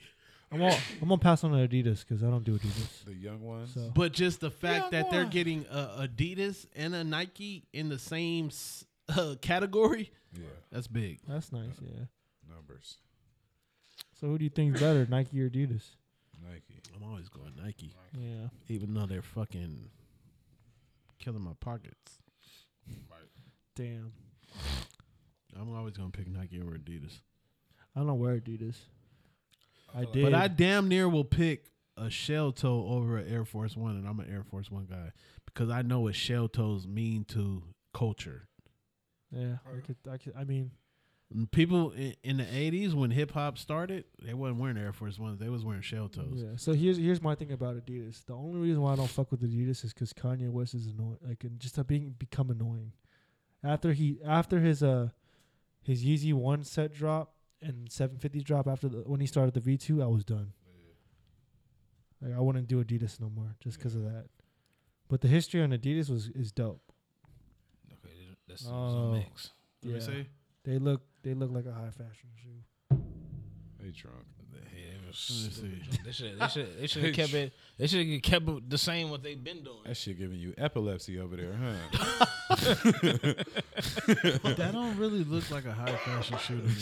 I'm gonna, I'm gonna pass on to Adidas because I don't do Adidas.
The young ones.
So
But just the
Yeah,
fact that they're
why?
getting a Adidas and a Nike in the same s- uh, category,
Yeah.
that's big.
that's nice, yeah.
Numbers.
So who do you think's better, Nike or Adidas?
Nike.
I'm always going Nike,
Yeah,
even though they're fucking killing my pockets.
damn.
I'm always gonna pick Nike over Adidas.
I don't wear Adidas. I did.
But I damn near will pick a shell toe over an Air Force One, and I'm an Air Force One guy because I know what shell toes mean to culture.
yeah, I could. I could. I mean,
And People in, in the '80s when hip hop started, they wasn't wearing Air Force Ones; they was wearing shell toes.
yeah. So here's here's my thing about Adidas. The only reason why I don't fuck with Adidas is because Kanye West is annoying. Like, and just uh, being become annoying. After he after his uh his Yeezy one set drop and 750 drop after the when he started the V2, I was done. Like I wouldn't do Adidas no more just because of that. But the history on Adidas was is dope.
Okay, that's
that's Oh. a
a mix.
Let me
Yeah.
see.
They look they look like a high fashion shoe.
They drunk.
They should. They should. They should have kept it. They should have kept it the same what they've been doing.
That shit giving you epilepsy over there, huh?
that don't really look like a high fashion shoe to me.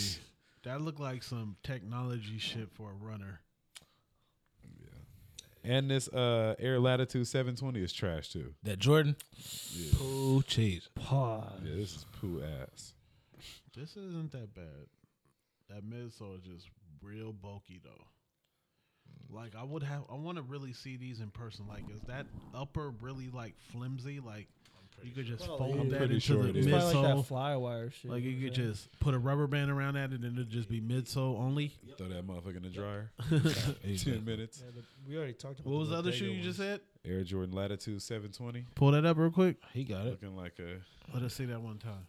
That look like some technology shit for a runner.
and this uh Air Latitude 720 is trash too.
That Jordan.
Yeah.
Poo cheese.
Pause.
Yeah, this is poo ass.
This isn't that bad. That midsole is just real bulky though. Like I would have, I want to really see these in person. Like, is that upper really like flimsy? Like, you could just
Well,
fold
I'm
that
pretty
into
sure
the
it is.
It's probably like that
midsole.
fly wire shit.
Like, you
know
could
what I'm
just put a rubber band around that, and then it'd just be midsole only.
Throw that motherfucker in the dryer.
Exactly.
Ten minutes.
saying? Yeah, the- we already talked about
What was the other
Bottega
shoe you
ones.
just said?
Air Jordan Latitude 720,
Pull that up real quick.
He got it.
looking like a
Let us see that one time.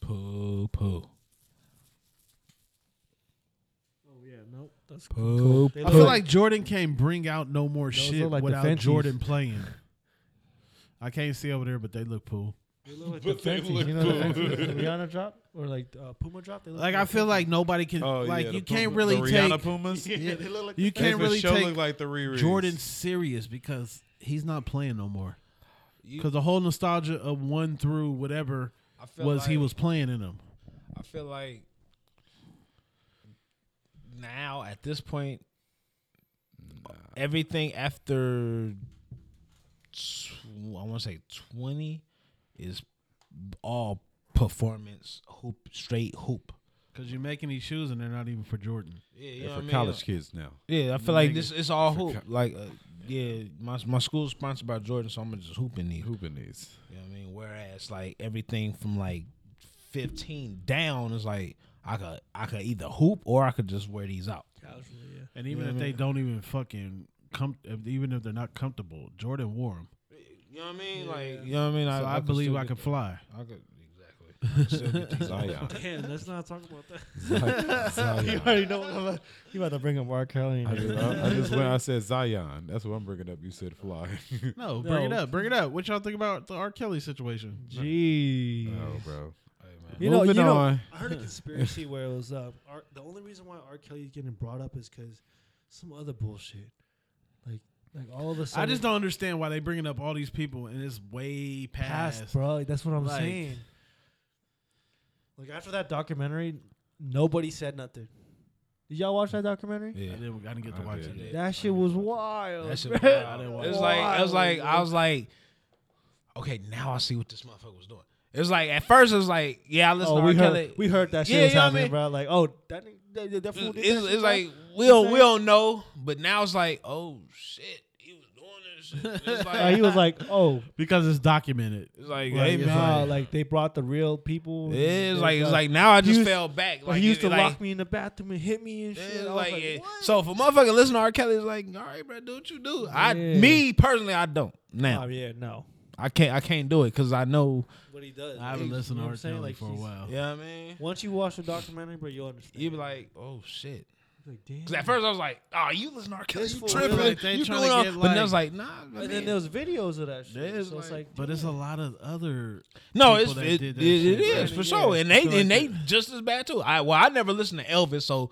Poo poo.
Oh yeah, nope. That's
Poo.
They
I
look
feel
like
like Jordan can't bring out no more
Those
shit
look like the
without
Fenties.
Jordan playing. I can't see over there, but they look cool.
they look like the Fenties. You know the Fenties, the Rihanna drop or like uh, Puma drop. They look
Like I feel like nobody can.
oh
like
yeah,
you
the
can't
Puma-
really
the
take
Rihanna Pumas.
Yeah, they look like you can't really
show
take
look like the reruns.
Jordan serious because he's not playing no more. Because the whole nostalgia of one through whatever
I feel
was he
like-
was playing in them.
I feel like now at this point, everything after tw- I want to say twenty is all performance hoop, straight hoop.
Because you're making these shoes and they're not even for Jordan.
Yeah, you
They're
know
for
what I mean?
college kids now.
Yeah, I feel like
Nigga.
this it's all
For
hoop. Like, uh, yeah, my my school's sponsored by Jordan, so I'm gonna just hoop in these.
Hooping these.
You know what I mean? Whereas like everything from like 15 down is like I could I could either hoop or I could just wear these out.
Casually, yeah.
And even
Yeah,
if
I
they don't even fucking come, if- even if they're not comfortable, Jordan wore them.
You know what I mean?
Yeah.
Like you know what I mean?
So I, believe I can fly.
I could exactly. Still get these out.
Zion.
Damn, let's not talk about that. you
Zion.
already know what I'm about. You about to bring up R. Kelly.
I just, I, I just went. I said Zion. That's what I'm bringing up. You said fly. Oh,
No, bring it
No.
up. Bring it up. What y'all think about the R. Kelly situation?
Jeez.
oh, bro.
You know,
Moving
you know,
on.
I heard a conspiracy where it was uh, R- the only reason why R. Kelly's getting brought up is because some other bullshit. Like, like all of a
I
sudden,
just don't understand why they bringing up all these people and it's way past.
passed, bro. Like, that's what I'm
Like-
saying. Like after that documentary, nobody said nothing. Did y'all watch that documentary?
I
Yeah.
didn't, I didn't get to
I
watch
did.
it.
That shit was wild.
That shit
bro.
was wild. It was like I was like I
Wild,
was like, okay, now I see what this motherfucker was doing. It was like at first it was like, yeah, I listen
Oh,
to
we
R. Kelly.
heard, we heard that shit
Yeah,
was
you know what I
happening,
mean?
bro. Like, oh, that, nigga- that, that, that fool
It's,
did that
it's,
shit,
it's
bro.
like we don't
saying?
we don't know, but now it's like, oh shit, he was doing this shit. It's
Uh,
like,
he was like, oh,
Because it's documented.
it's
Like,
like, hey
it's
man,
nah, like they brought the real people.
Yeah,
and
it's
they
like it's
got-
like now I just
used-
fell back.
Well,
Like
he used
it-
to
like,
lock me in the bathroom and hit me and
yeah,
shit.
it's
I was
Eh, like,
like,
yeah.
what?
so if a motherfucker listen to R. Kelly, it's like, all right, bro, do what you do. I
Yeah.
me personally, I don't now.
Oh, yeah, no.
I can't I can't do it because I know.
What he does.
I haven't listened to R. Kelly for a while.
Yeah, you know what I mean,
Once you watch the documentary, bro, you'll understand.
you be like, oh shit.
You're like, damn.
Because at first I was like, oh, you listen to R. Kelly,
This
you
fool
tripping,
really- they
you
tryna
doing all.
get,
But then I was
like-
like, nah. I
and
mean-
then there was videos of that shit.
There is,
so it's
like-
like,
But it's a lot of other. people
No, it's
that
it,
did
it,
that
it
shit,
is
right?
for sure, and they
So
and
like-
they just as bad too. I well, I never listened to Elvis, so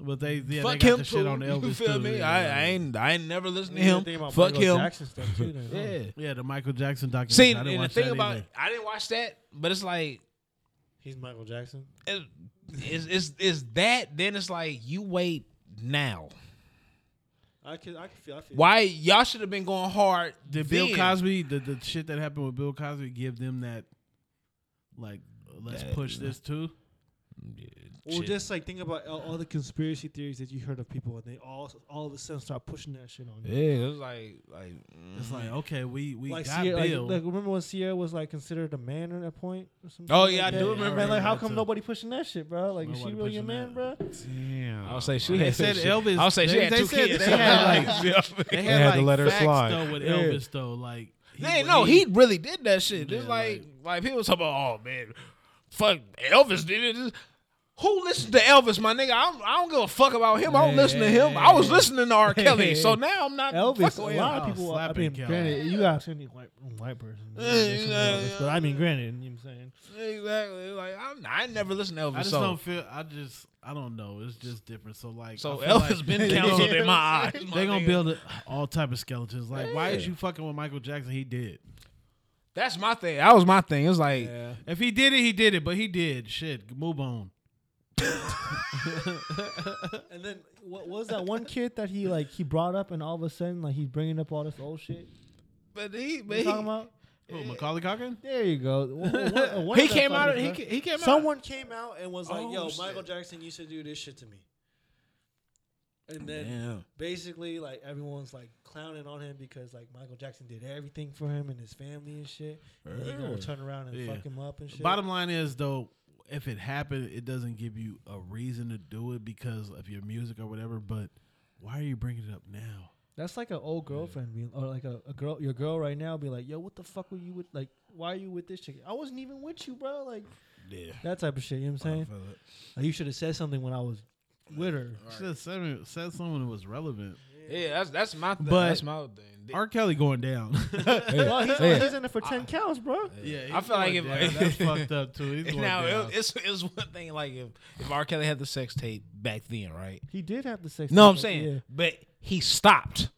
But they, yeah,
fuck
they got
him
the
too.
shit on Elvis.
you feel
too,
me?
yeah.
I, I ain't I ain't never listened to
You
him.
think about
Fuck
Michael
him.
Jackson stuff too, then, huh?
Yeah.
Yeah, the Michael Jackson documentary.
See,
I
and
didn't
the
watch
thing
that
about
either.
I didn't watch that, but it's like
He's Michael Jackson.
it, it's, it's it's that. Then it's like you wait now.
I can, I can feel. I feel
Why y'all should have been going hard?
Did
then.
Bill Cosby the, the shit that happened with Bill Cosby give them that like let's
That-
push this too?
Well, just like think about all, all the conspiracy theories that you heard of people, and they all all of a sudden start pushing that shit on you.
Yeah, it was like like
It's like
Mm-hmm.
okay, we we
like,
got
Sierra, like,
Bill.
like, remember when Sierra was like considered a man at that point? Or something
Oh,
like
yeah, I
that?
do remember
Man, like,
that
how come
too.
nobody pushing that shit, bro? Like, is she
Nobody
really a
pushing
man,
that.
bro?
Damn.
I would say she
They
had
said
she-
Elvis-
I would say she
they-
had
they
two
said
kids.
they had, like-
Yeah.
They
They had
had
to
like
let her
facts
slide.
though with
Yeah.
Elvis though, like
Yeah, no, he really did that shit. It's
Yeah,
like, like people talk about, oh man, fuck Elvis did it. Who listened to Elvis, my nigga? I don't, I don't give a fuck about him. I don't listen to him. I was listening to R. Kelly, so now I'm not
Elvis, a
fucking with him.
lot of
Oh,
people. I
slapping
mean,
Kelly.
granted, you ask any white white person, they'll
Yeah,
listen to
yeah,
Elvis,
yeah.
but I mean, granted, you know what I'm saying?
Exactly. Like I'm, I ain't never listened to Elvis.
I just
so
don't feel. I just I don't know. It's just different. So like
so
I feel
Elvis
like-
been counseled in my eyes.
They
my
gonna
nigga.
build a, all type of skeletons. Like, why is
Yeah.
you fucking with Michael Jackson? He did.
That's my thing. That was my thing. It was like,
If he did it, he did it. But he did. Shit, move on.
And then what was that one kid that he like he brought up, and all of a sudden like he's bringing up all this old shit?
but he,
You
but
know
he,
talking about?
Who, Macaulay Culkin?
There you go. Wha- wha- wha- one
he
of the
came out.
fuckers,
He,
huh?
ca- he came out.
Someone came out and was like,
Oh,
"Yo,
shit.
Michael Jackson used to do this shit to me," and then
Yeah.
basically like everyone's like clowning on him because like Michael Jackson did everything for him and his family and shit. And he gonna turn around and
Yeah.
fuck him up and shit.
Bottom line is though, if it happened, it doesn't give you a reason to do it because of your music or whatever. But why are you bringing it up now?
That's like an old girlfriend being, or like a, a girl, your girl right now be like, "Yo, what the fuck were you with? Like, why are you with this chick? I wasn't even with you, bro. Like,
Yeah.
that type of shit. You know what I'm saying? Like, you should have said something when I was with her.
Should have said, said something that was relevant.
Yeah, that's that's my thing.
But-
that's my thing.
R. Kelly going down.
well, he's,
Yeah.
he's in it for ten counts, bro.
yeah,
I feel like
he's going
if-
down. that's fucked up too. He's
And
going
now
down.
it, it's it's one thing like if if R. Kelly had the sex tape back then, right?
He did have the sex.
No, I'm
tape,
saying,
yeah.
but he stopped.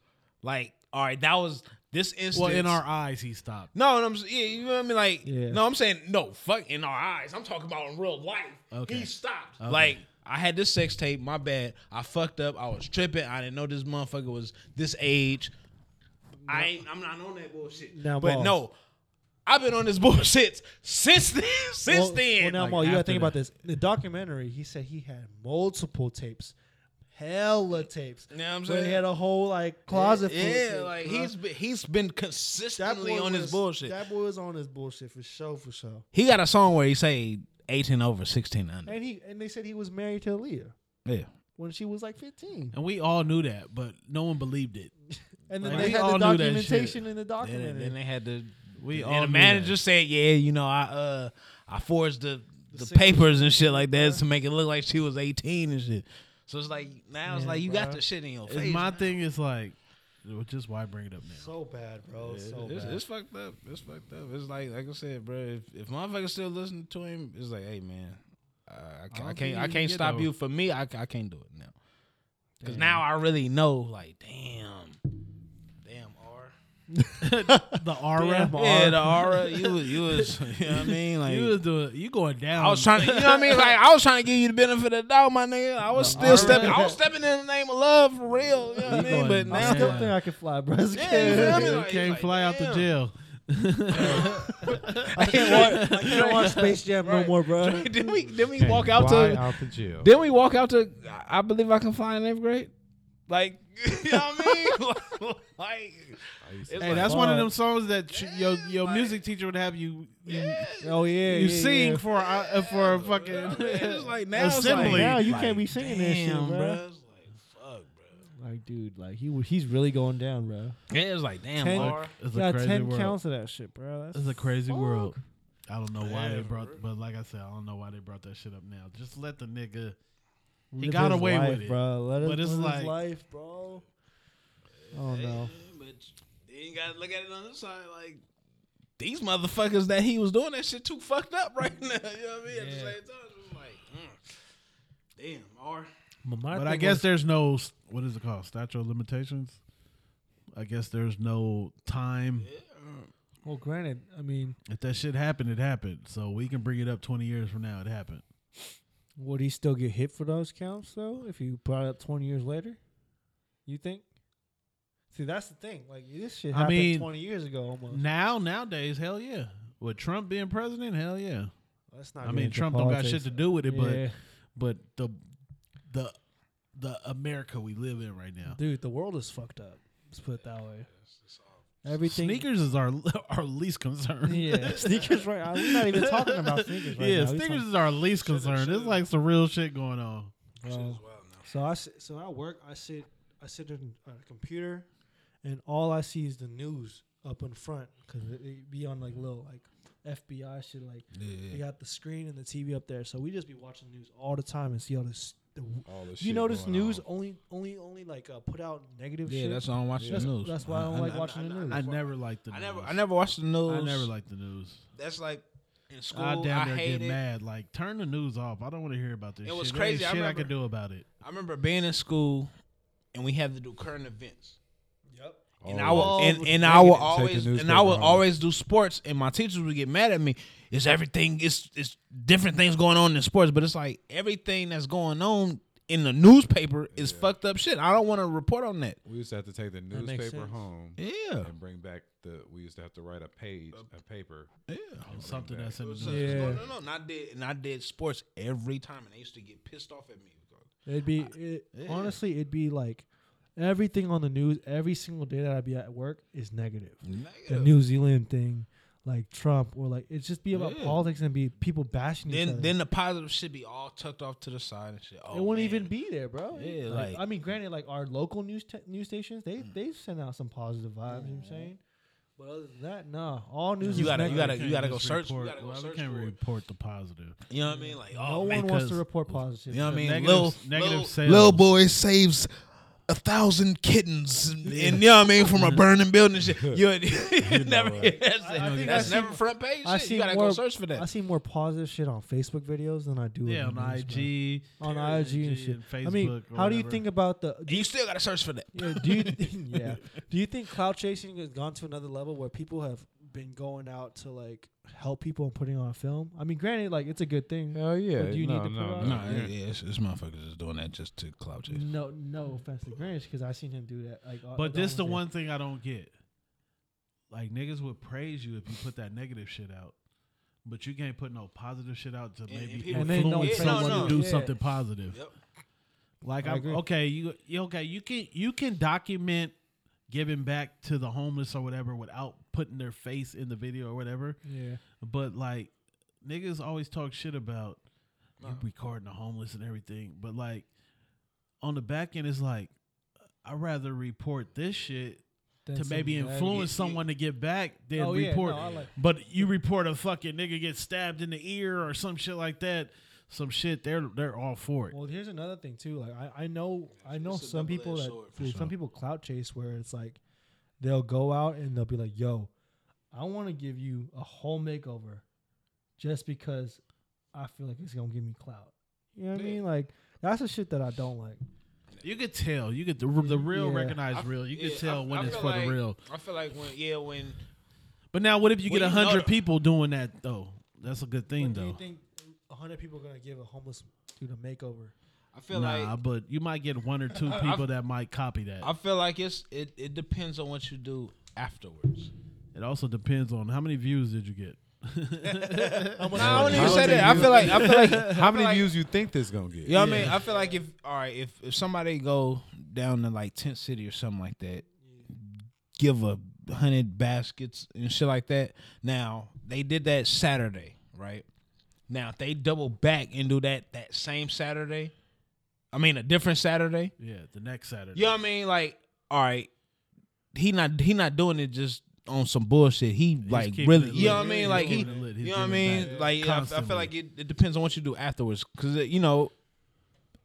Like, all right, that was this instance.
well, in our eyes, he stopped.
no, and I'm s- yeah, you know what I mean. Like,
Yeah.
no, I'm saying no. Fuck in our eyes. I'm talking about in real life.
Okay.
He stopped.
Okay.
Like. I had this sex tape. My bad. I fucked up. I was tripping. I didn't know this motherfucker was this age. I ain't, I'm not on that bullshit.
Now
but
balls.
no, I've been on this bullshit since then, since
well,
then.
Well, now,
Like,
Mo, you gotta
after
think about
that.
this. The documentary, he said he had multiple tapes, hella tapes.
You know what I'm
Where he
saying?
had a whole like closet. full of
yeah,
tapes,
like
bro.
he's been, he's been
That
consistently
boy
on his
was-
bullshit.
That boy was on his bullshit for sure, for sure.
he got a song where he say 18 over, 16 under.
And he and they said he was married to Aaliyah
Yeah.
when she was like 15.
And we all knew that, but no one believed it.
And then
Like,
they
we
had
all
the
knew that
documentation
shit.
in the
Then,
documentary.
then they had to.
We all
and the
knew
manager
that.
said, "Yeah, you know, I uh, I forged the the,
singles.
papers and shit like that to make it look like she was 18 and shit." So it's like now it's
Yeah,
like you got
bruh.
the shit in your face.
It's my
man.
thing is like, well, just why bring it up now?
so bad, bro. so
It's,
bad.
it's fucked up. It's fucked up. It's like like I said, bro. If if motherfuckers still listen to him, it's like, hey man, I, I can't I
think
can't,
you
I
can
can't
get
stop
over
you.
it.
For me, I, I can't do it now. Cause now I really know. Like, damn, damn R.
The aura,
Yeah, the aura. You was you was. You know what I mean? Like
you was doing, you going down.
I was trying to, you know what I mean? Like I was trying to give you the benefit of the doubt, my nigga. I was still
alright.
stepping, I was stepping in the name of love for real. You know what I
You going
mean? But
I
now,
still
Yeah.
think I can fly, bro. As a
Yeah,
kid.
you feel me?
You
like,
can't
like,
fly out the
damn.
jail.
I can't watch. I can't watch Space Jam no
Right.
more, bro.
then we then we
Can't
walk out
fly
to,
out the jail.
then we walk out to. I- I believe I can fly in eighth grade. Like you know what I mean? like
I used to-
it's
Hey,
like,
that's
fuck.
one of them songs that tr- your your
like-
music teacher would have you you,
Oh yeah,
you
yeah,
sing
yeah.
for a, uh, for a fucking
It's like now it's
assembly.
like,
Now you
like,
can't be singing that shit,
damn,
bro.
bruh. It's like fuck, bro.
Like, dude, like he wa- he's really going down, bro.
Yeah, it's like damn,
Ten-
Laura.
It's
He
a
got
crazy
ten
world.
counts of that shit, bro. That's
It's a crazy world. I don't know why
Yeah,
they brought,
bro.
but like I said, I don't know why they brought that shit up now. Just let the nigga.
Live
got
his
away with
life,
it.
bro. Let
But
his,
it's
live
like-
his life, bro. Oh no.
But then you gotta look at it on the other side, like these motherfuckers that he was doing that shit too fucked up right now. You know what I mean? At the
Yeah.
same time, it's just like, mm, damn, R.
But I guess there's no s- what is it called statute of limitations. I guess there's no time.
Well, granted, I mean,
If that shit happened, it happened. So we can bring it up 20 years from now. It happened.
would he still get hit for those counts though? If you brought it up twenty years later, you think? See, that's the thing. Like this shit
I
happened
mean,
twenty years ago almost.
Now nowadays, hell yeah. With Trump being president, hell yeah.
Let's not.
I
get
mean,
into
Trump don't got
politics.
shit to do with it,
Yeah.
but but the the the America we live in right now.
dude, the world is fucked up. Let's put it that way. Everything.
Sneakers is our our least concern.
Yeah, sneakers. Right. I- We're not even talking about sneakers right
yeah,
now. We're
sneakers is our least concern. It's like some real shit going on.
talking- Bro. Um, So I sit, so I work. I sit I sit in a computer, and all I see is the news up in front because it, it be on like little like FBI shit. Like they got the screen and the TV up there, so we just be watching news all the time and see all this. The,
all the
you
shit
notice
going
news
on.
only only only like uh, put out negative.
Yeah,
shit.
that's why I don't watch
That's-
the news.
that's why I don't like watching the news.
I never liked the
I
news.
never, I never watched the news.
I never liked the news.
That's like in school.
I
I,
damn near
hated.
get mad. Like turn the news off. I don't want to hear about this.
It was
shit. There ain't
crazy. I
shit I
remember-
could do about it.
I remember being in school, and we had to do current events.
yep.
And I
Always.
will, and, and
Take
I will
it- take the
always, and
newspaper
I will
home.
always do sports, and my teachers would get mad at me. It's everything, it's it's different things going on in sports, but it's like everything that's going on in the newspaper is fucked up shit. I don't want to report on that.
We used to have to take the
makes
newspaper
sense.
home
Yeah,
and bring back the. We used to have to write a page, a paper.
yeah.
Something that's in the news.
So-
Yeah.
No, no, no, and I did, and I did sports every time, and they used to get pissed off at me.
It'd be it, honestly, it'd be like everything on the news every single day that I'd be at work is negative. The New Zealand thing, like Trump, or like it just be about
Yeah.
politics and be people bashing each
Then,
other.
then the positive should be all tucked off to the side and shit. Oh,
it wouldn't
man.
even be there, bro.
Yeah,
like,
like- Mm.
I mean, granted, like our local news t- news stations, they they send out some positive vibes. You know what I'm saying, but other than that, nah, all news.
You
is
gotta- you
negative.
gotta-
can't
go
just
search- you
report-
gotta go
well, we
search
can't
for it.
report the positive.
You know what I mean? Like, oh
No
man,
one wants to
because-
report positive.
You know what I mean?
Negative-
little
negative
little,
sales.
little boy saves a thousand kittens, and, and you know what I mean, from a burning building. and Shit, you, you never hear that. shit.
I think
that's
I
never
seen-
front page.
I
Shit.
see
You gotta
more.
go search for
I
that.
see more positive shit on Facebook videos than I do.
Yeah,
in
on
the news, bro.
IG,
on IG and shit. I mean,
Facebook or
how do you
whatever.
think about the?
And you still gotta search for that.
Yeah, do you yeah? Do you think cloud chasing has gone to another level where people have been going out to like help people and putting on a film? I mean, granted, like it's a good thing.
Hell yeah!
But do you need
no,
to
no,
put
no.
it
yeah, it's, it's motherfuckers is doing that just to clout
No, no offense to Greenwich because I seen him do that. Like, uh,
But
the
this the
other
one thing I don't get. like niggas would praise you if you put that negative shit out, but you can't put no positive shit out to maybe
people
And they don't
influence
praise
someone
you.
to do
Yeah.
something positive.
Yep.
Like
I
I'm
agree.
okay, you you- okay, you can you can document giving back to the homeless or whatever without putting their face in the video or whatever.
Yeah.
But like niggas always talk shit about you recording the homeless and everything. But like on the back end it's like I'd rather report this shit
Then
to
some
maybe
bad-
influence someone to get back than
Oh, yeah,
report.
no, I like-
but you report a fucking nigga gets stabbed in the ear or some shit like that. Some shit they're they're all for it.
Well, here's another thing too. Like I, I know I know
It's a
some people
double-edged
that
sword, for
dude,
sure.
some people clout chase where it's like they'll go out and they'll be like, "Yo, I want to give you a whole makeover, just because I feel like it's gonna give me clout." You know what I mean? Like that's the shit that I don't like.
You could tell. You could the, the real
Yeah.
recognized
I-
real. You could
yeah,
tell
I-
when
I
it's
feel
for
like-
the real.
I feel like when yeah when
But now, what if you
Well,
get a
you know
hundred
the-
people doing that though? That's a good thing
do you
though.
think hundred people are gonna give a homeless dude a makeover?
I feel
nah,
like
but you might get one or two people that might copy that.
I feel like it's it, it depends on what you do afterwards.
it also depends on how many views did you get.
No, I don't even
don't
say
think
that. I
you-
feel like I feel like
How many
like-
views you think this gonna get?
You know what I mean? I feel like if all right, if if somebody go down to like tent city or something like that, give a hundred baskets and shit like that. Now they did that Saturday, right? Now if they double back and do that that same Saturday, I mean a different Saturday.
yeah, the next Saturday.
You know what I mean? Like all right, he not he not doing it just on some bullshit. He like
keeping
really,
it
you
lit.
know what I mean?
He's
Like he,
keeping it lit. He's
you know what I
giving
mean?
back
Like I, I feel
constantly.
like it, it depends on what you do afterwards, because you know,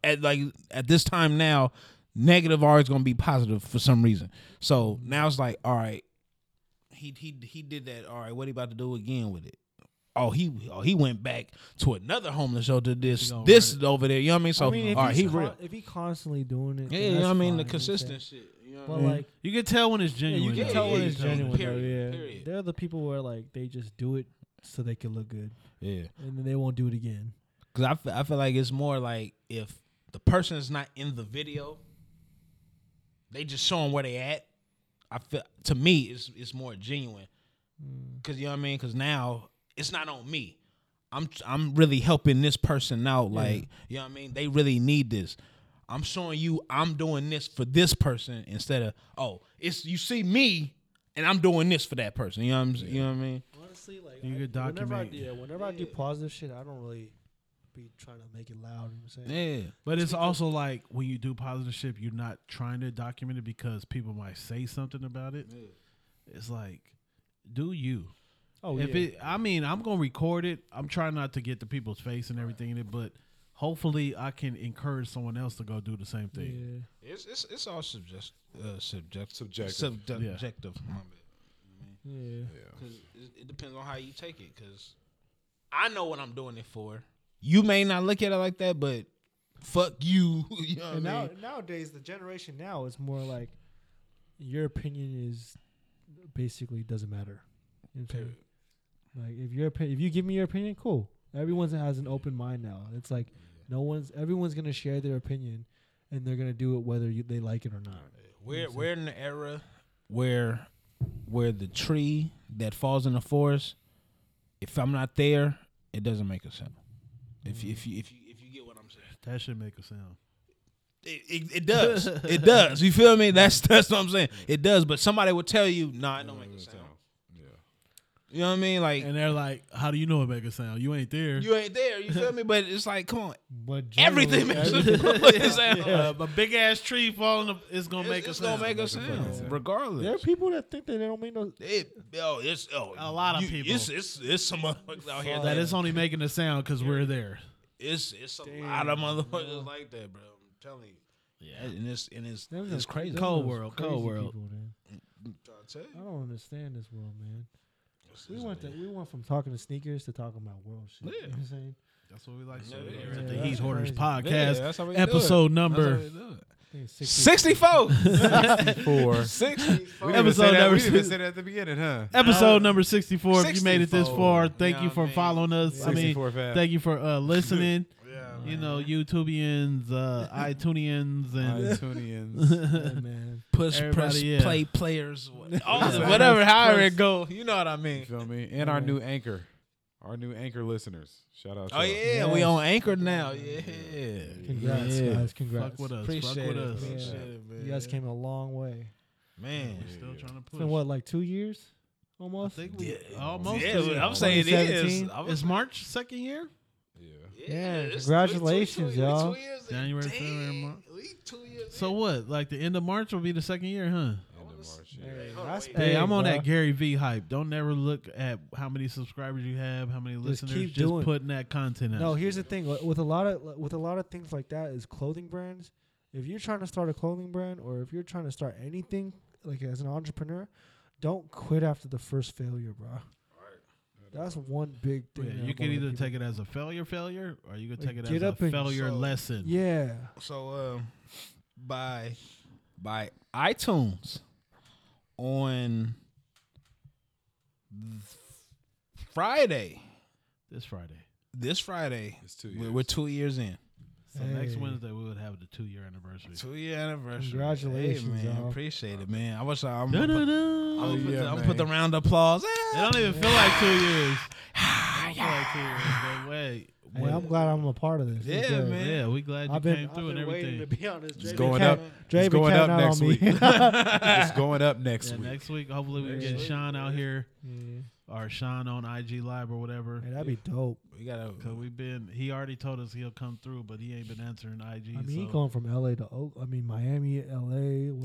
at like at this time now, negative always gonna be positive for some reason. So now it's like all right, he he he did that. All right, what he about to do again with it? Oh, he oh, he went back to another homeless shelter. This
gonna
this
run
over there. You know what I mean? So
I mean, if
Oh, all right,
he's
he
con-
real.
if he constantly doing it,
Yeah,
then
you know
that's
what I mean?
fine, you know
The
what I'm
consistent Mm-hmm.
saying?
shit. You know what I
But
mean?
like,
you can tell when it's
Yeah,
genuine.
you
Yeah,
can
though.
tell when
yeah,
it's
you can tell.
genuine.
Period,
though, yeah,
period.
they're the people where like they just do it so they can look good,
Yeah.
and then they won't do it again.
Cause I feel, I feel like it's more like if the person is not in the video, they just showing where they at. I feel to me it's it's more genuine. Cause you know what I mean. Cause now it's not on me. I'm I'm really helping this person out. Like you know what I mean. They really need this. I'm showing you I'm doing this for this person instead of oh it's you see me and I'm doing this for that person. You know what I'm you know what I mean.
Honestly, like
You I- could
whenever I
document.
do, yeah, whenever I do positive shit, I don't really be trying to make it loud. You know what I'm saying?
Yeah.
But it's also like when you do positive shit, you're not trying to document it because people might say something about it. It's like, do you?
Oh
if it, I mean, I'm gonna record it. I'm trying not to get the people's face and everything in it, but hopefully, I can encourage someone else to go do the same
yeah.
thing.
It's it's it's all subject uh, subject
Subjective.
subjective.
Yeah.
yeah.
Cause it, it depends on how you take it. Cause I know what I'm doing it for. You may not look at it like that, but fuck you. you know what I
And now
mean?
nowadays, the generation now is more like your opinion is basically doesn't matter. You know what I'm saying? Like if your opi- if you give me your opinion, cool. Everyone has an open mind now. It's like no one's everyone's gonna share their opinion, and they're gonna do it whether you, they like it or not.
We're we're in the era where where the tree that falls in the forest, if I'm not there, it doesn't make a sound. If you if you if you if you get what I'm saying.
That should make a sound.
It, it, it does. it does. You feel me? That's that's what I'm saying. It does. But somebody would tell you, nah, it don't make a sound. You know what I mean? Like
And they're like, "How do you know it make a sound? You ain't there."
you ain't there. You feel me? But it's like, come on,
But generally,
everything makes a
every-
fucking sound.
Uh, a big ass tree falling up is gonna
It's,
make a
it's
sound.
gonna make a sound, regardless.
there are people that think that they don't make no.
It, oh, it's oh,
A lot of
you-
people.
It's it's, it's some motherfuckers out here
that
that
it's only making a sound because we're there.
it's it's a lot of motherfuckers like that, bro. I'm telling you. Yeah, and it's and it's
Them
it's
those-
crazy.
them
Cold
those
world,
crazy
cold world.
people, man.
I'm trying to tell you.
I don't understand this world, man. We went to, we went from talking to sneakers to talking about world shit. You know what I'm saying?
That's what we like.
Yeah, yeah.
At the
Yeah,
Heat
that's
Hoarders
crazy.
podcast,
Yeah, that's how we do it.
episode
That's
number.
how they do it.
I think it's 60
Sixty-four.
Four.
Sixty-four.
We didn't even
Episode
say that-
number
we didn't even
six.
say that at the beginning, huh?
Episode number 64. If you made it this
64.
far, thank
Yeah,
you for
man.
following us. I mean,
64 fast.
thank you for uh, listening. you know, YouTubians, uh, iTunians, and
iTunes.
Yeah, man.
Push, press,
Everybody, yeah.
play, players, what- all of it, whatever, however it go. You know what I
You
mean?
feel me? And our new anchor, our new anchor listeners. Shout out.
Oh
y'all.
yeah, we
Yes.
on Anchor now. Yeah,
Congrats,
Yeah.
guys. Congrats.
fuck with us,
Appreciate
fuck with
it.
us.
Appreciate
Yeah.
it, man.
You guys came a long way.
man.
We're still trying to
It's
push.
been what, like two years, almost.
I think we
Yeah.
almost.
Yeah,
a year.
I'm saying it is.
2017.
I was-
It's March second year.
Yeah.
Yeah,
it's-
congratulations,
we two- we
y'all.
two years in.
January, February,
Dang,
March.
we two years.
So what? Like the end of March will be the second year, huh?
End of March. Yeah.
Hey,
hold on,
that's
wait.
Hey,
big,
I'm on
bruh.
that Gary V hype. Don't ever look at how many subscribers you have, how many listeners.
keep
just
doing it.
putting that content out.
No, here's the thing with a lot of with a lot of things like that is clothing brands. If you're trying to start a clothing brand or if you're trying to start anything like as an entrepreneur, don't quit after the first failure, bro. That's one big
Yeah,
thing. that
you
I'm
can
on
either
people.
take it as a failure, failure, or you can
Like,
take it
get
as a
up and-
failure
So-
lesson.
Yeah.
So um, by by iTunes on th- Friday,
This Friday,
this Friday,
It's two
we're,
years.
we're two years in.
so next
Hey.
Wednesday we would have the two year anniversary.
Two year anniversary.
Congratulations,
hey, man!
y'all.
Appreciate it, man. I wish I, I'm.
Dun, dun,
I'm
dun.
gonna put,
yeah,
the, I'm gonna
man.
put the round of applause.
It don't even feel like two years. It don't feel like two years, but wait,
Ah, Hey,
wait.
I'm glad I'm a part of this. This is
Yeah,
good.
man.
Yeah, we glad you
I've been,
came
I've
through
been
and everything.
waiting to be on this.
It's
Dre
going
been
up.
count- Dre
It's
been
going up
counting out
next
on
week.
me.
It's going up next
yeah,
week.
next week, hopefully we can get
Next
Sean out here
Yeah.
or Sean on IG Live or whatever.
Hey, that'd be dope.
We gotta.
Cause we've been, he already told us he'll come through, but he ain't been answering IG.
I mean, he
so. Oh,
going from LA to Oak. I mean, Miami, LA.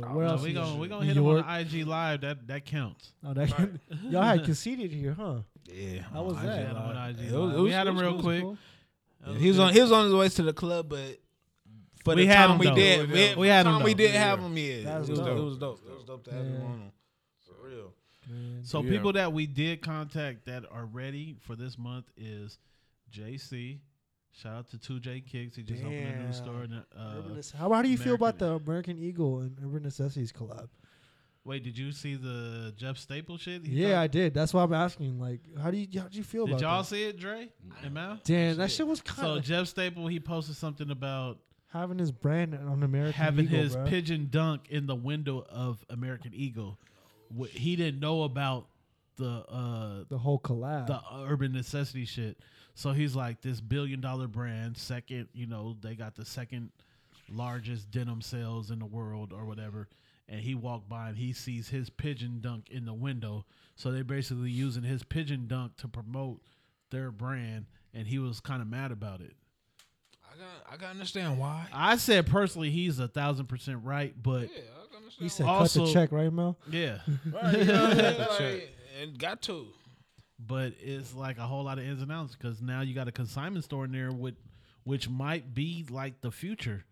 Where, where
no,
else?
we
is-
gonna we gonna
New
hit him on
York.
the IG live. That that counts.
Oh, that, y'all had conceded here, huh?
Yeah.
How was
I
that?
did,
Had him on
uh,
IG
it
Live.
was- it
we
was-
had
it
him
was
real
cool.
quick.
Yeah, he was on. He was on his way to the club, but for
We
the
had
time
him,
we
though.
did, we had,
We had
the
him,
time we
though.
did
Yeah.
have him. Yeah,
That was
it was
dope.
dope. It was dope. It was dope to have him
Yeah.
on. him. For real.
Man.
So
Yeah.
people that we did contact that are ready for this month is JC. Shout out to Two J Kicks. He just opened a new
Damn.
store. In,
Urban
uh,
Nece- how, how do you feel about the
American-
American Eagle and Urban Necessities collab?
wait, did you see the Jeff Staple shit? He
Yeah, I
thought-
did. That's why I'm asking. Like, how do you how do you feel
did
about
y'all
that?
see it, Dre and Mal?
Damn, that shit was
So
kind of
Jeff Staple he posted something about
having his brand on American
having
Eagle,
his
bruh.
pigeon dunk in the window of American Eagle. Wh- He didn't know about the uh,
the whole collab.
the urban necessity shit. So he's like this billion dollar brand, second, you know, they got the second largest denim sales in the world or whatever. And he walked by and he sees his pigeon dunk in the window. So they're basically using his pigeon dunk to promote their brand. And he was kind of mad about it.
I got. I got understand why.
I said personally, he's a thousand percent right, but
Yeah, I can understand.
he said, "Cut
also-
the check, right, Mel?"
yeah,
why. Right, you know what I'm saying? Like, and got to.
but it's like a whole lot of ins and outs because now you got a consignment store in there with, which might be like the future.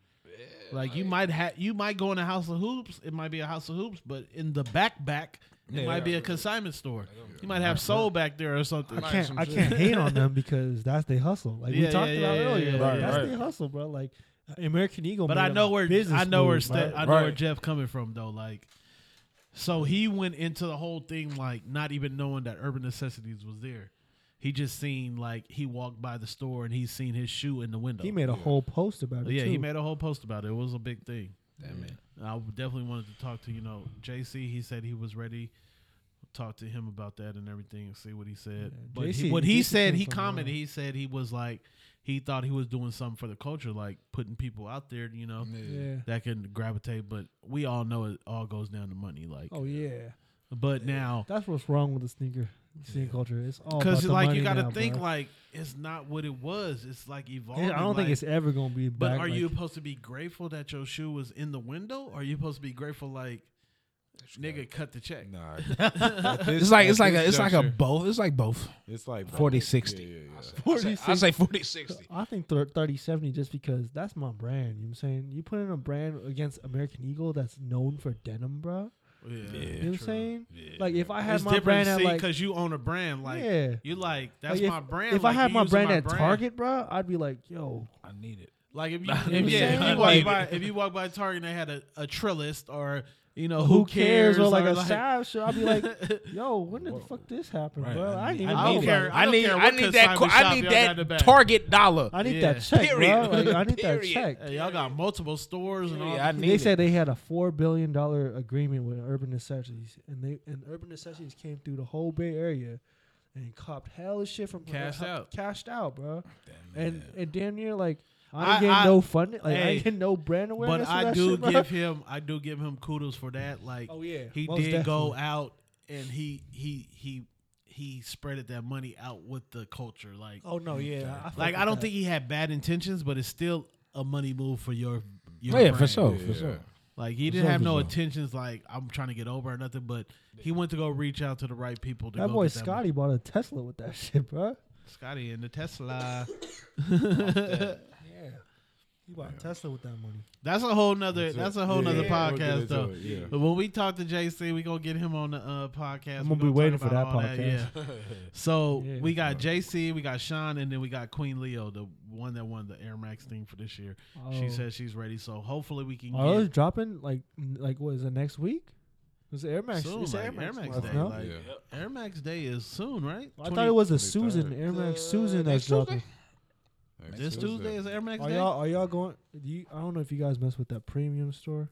Like you might have, you might go in a house of hoops. It might be a house of hoops, but in the back back, it
Yeah.
might be a consignment store. You might have soul back there or something.
Right,
Can't
some
I
shit.
can't hate on them because that's they hustle. Like
Yeah,
we talked
yeah,
about
yeah, yeah,
earlier,
yeah,
like,
yeah.
that's
Right.
they hustle, bro. Like uh, American Eagle.
But
made
I
a
know where
business
I know where
move,
Ste-
bruh.
I know where
Right.
Jeff coming from though. Like, so he went into the whole thing like not even knowing that Urban Necessities was there. He just seen like he walked by the store and he seen his shoe in the window.
He made a whole post about it.
yeah, he
too.
made a whole post about it. It was a big thing. Damn it. I definitely wanted to talk to you know JC. He said he was ready. Talk to him about that and everything and see what he said.
Yeah,
but he,
JC
what he
JC
said,
came
he
from,
commented.
uh,
He said he was like he thought he was doing something for the culture, like putting people out there, you know,
Yeah.
that can gravitate. But we all know it all goes down to money. Like,
Oh yeah.
but now
That's what's wrong with the sneaker sneaker culture. It's all
because
about the
like
money
you got to
now,
think
bruh.
like it's not what it was. It's like evolving.
Yeah, I don't think
like-
it's ever gonna be.
But
back,
are you
like-
supposed to be grateful that your shoe was in the window? Or are you supposed to be grateful like nigga cut the check?
Nah.
It's like it's like a it's like a both. It's like both.
It's like
40,
Yeah,
60.
Yeah, yeah, yeah.
I say, I say 40, 60.
I think thir- 30 70 just because that's my brand. You know what I'm saying? You put in a brand against American Eagle that's known for denim, bro.
Yeah.
You know what I'm saying? Like if I had
It's
my
different
brand at
see,
like
because you own a brand. Like
Yeah.
you like that's
like, if,
my brand.
If
like,
I had
you
my
using
brand at Target, bro, I'd be like, yo,
I need it.
Like if you, if,
you
yeah, if you
saying?
walk
Like-
by, if you walk by Target and they had a, a Trillist or you know
Who cares? Or
or
like a side show. I'll be like, yo, when did the fuck this happen,
Right.
bro? I,
I
didn't even
I
know about
don't care.
it.
I
don't
need
care
I
what
need
kind
that
of
co-
shop
I need
y'all got in the
that
back.
Target dollar.
I need
Yeah.
that check,
Period.
bro. Like, I need that
Period.
check.
Hey, y'all got multiple stores and all.
Yeah, I
that.
need
They
it.
said they had a four billion dollar agreement with Urban Necessities, and they and Urban Necessities came through the whole Bay Area, and copped hell of shit from uh,
Cashed out.
cashed out, bro,
Damn,
and
man.
and damn near like I
I-
didn't get
I-
no funding, like I
hey,
didn't get no brand
but
awareness. for
I
that
do
shit, bro.
give him I do give him kudos for that. Like
Oh yeah,
he
most
did go
definitely.
out and he he he he spreaded that money out with the culture. Like
Oh no, yeah. I fuck
like I
with
don't
that.
think he had bad intentions, but it's still a money move for your your
yeah, for
brand.
sure,
Yeah.
for sure.
Like he didn't have no intentions. Like I'm trying to get over or nothing, but he went to go reach out to the right people. To
that
go
boy
get that money.
Scotty bought a Tesla with that shit, bro.
Scotty and the Tesla.
Yeah, he bought a Tesla with that money.
That's a whole nother. That's a whole
Yeah,
nother
yeah, we'll get
podcast
into
though.
it, yeah.
But when we talk to JC, we gonna get him on the uh, podcast.
I'm
We
gonna be
talk
waiting for
about
that
all yeah. So
Yeah.
we got JC, we got Sean, and then we got Queen Leo, the one that won the Air Max thing for this year.
Oh.
She says she's ready. So hopefully we can
Are those
get
dropping like n- like what is it next week? It's Air Max.
soon,
it's
like,
Air Max, month,
Day.
no?
Like,
Yeah.
Air Max Day is soon, right?
I
20
thought it was a
23rd.
Susan Air Max Susan that's
next
dropping.
Next
this Tuesday is Air Max
Are
Day.
Oh, y'all are y'all going? Do you, I don't know if you guys mess with that premium store.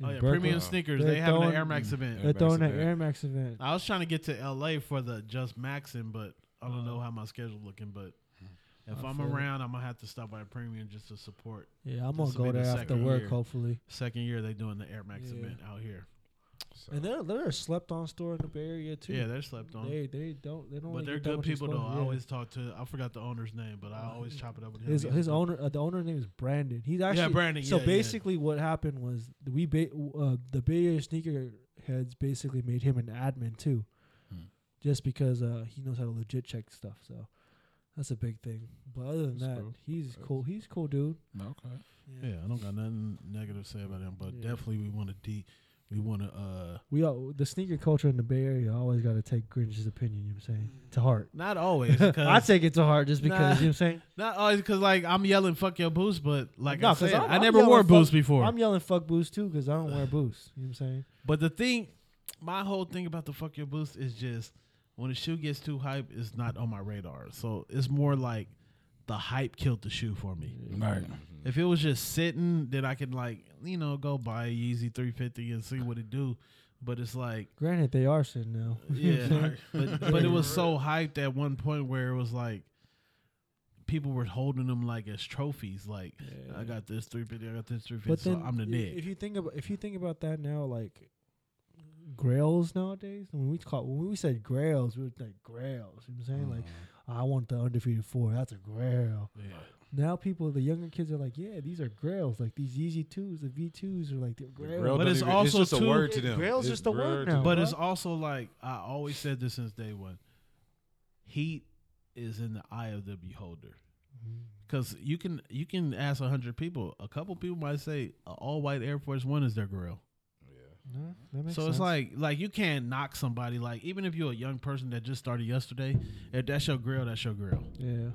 in
oh yeah,
Berkeley.
premium
Uh,
sneakers.
they're
They have an
throwing- Mm.
Air Max event.
They're
Air Max
throwing that
event.
Air Max event.
I was trying to get to LA for the Just Maxing, but I don't know how my schedule looking. But if
I
I'm
feel it.
around, I'm gonna have to stop by Premium just to support.
Yeah, I'm gonna
this'll be
go
the
there after
second
work,
year.
hopefully.
Second year they doing the Air Max
Yeah.
event out here.
And they're they're a slept on store in the Bay Area too.
Yeah, they're slept on,
they they don't they don't. really
but they're
get that
good
much
people though.
exposure,
I
yeah. Uh,
always talk to. I forgot the owner's name, but I always chop it up with him.
His
He's a
his
good-
owner uh, the owner's name is Brandon. He's actually
Brandon,
So
yeah, yeah.
basically, what happened was th- we ba- uh, the Bay Area sneaker heads basically made him an admin too,
Hmm.
just because uh, he knows how to legit check stuff. So that's a big thing. But other than
That's
that,
cool.
he's
That's-
cool. He's cool, dude.
Okay.
Yeah, I don't got nothing negative to say about him, but
Yeah.
definitely we want to de- we want to uh
We all, the sneaker culture in the Bay Area always got to take Grinch's opinion. You know what I'm saying to heart.
not always
I
because
take it to heart just because
Nah.
you know what I'm saying.
not always because like I'm yelling fuck your boots, but like
No,
I
'cause
said,
I'm-
i
I'm
never
yelling
wore
fuck-
boots before.
I'm yelling fuck boost too because I don't wear boots. You know what I'm saying.
But the thing, my whole thing about the fuck your boots is just when the shoe gets too hype, it's not on my radar. So it's more like the hype killed the shoe for me.
Mm-hmm.
Right.
If it was just sitting, then I could like you know go buy a Yeezy 350 and see what it do. But it's like
Granted, they are sitting now.
yeah, but, but it was so hyped at one point where it was like people were holding them like as trophies. Like I got this 350, I got this 350,
But
so
then
I'm the
i-
Nick.
If you think about if you think about that now, like grails nowadays. When we call when we said grails, we were like grails. You know what I'm saying? Like
Uh-huh.
I want the undefeated four. That's a grail.
Yeah.
Now people, the younger kids are like, yeah, these are grails. Like these easy twos, the V twos are like they're grails.
Grail
But
don't
it's
even-
also
just a
too-
word to
Yeah,
them.
grail's
It's
just a word
to
now.
them.
But
Huh?
it's also like I always said this since day one. Heat is in the eye of the beholder. Cause you can you can ask a hundred people. A couple people might say a all white Air Force One is their grill.
No, that makes
So it's
sense.
like like you can't knock somebody. Like even if you're a young person that just started yesterday, if that's your grill, that's your grill.
yeah, you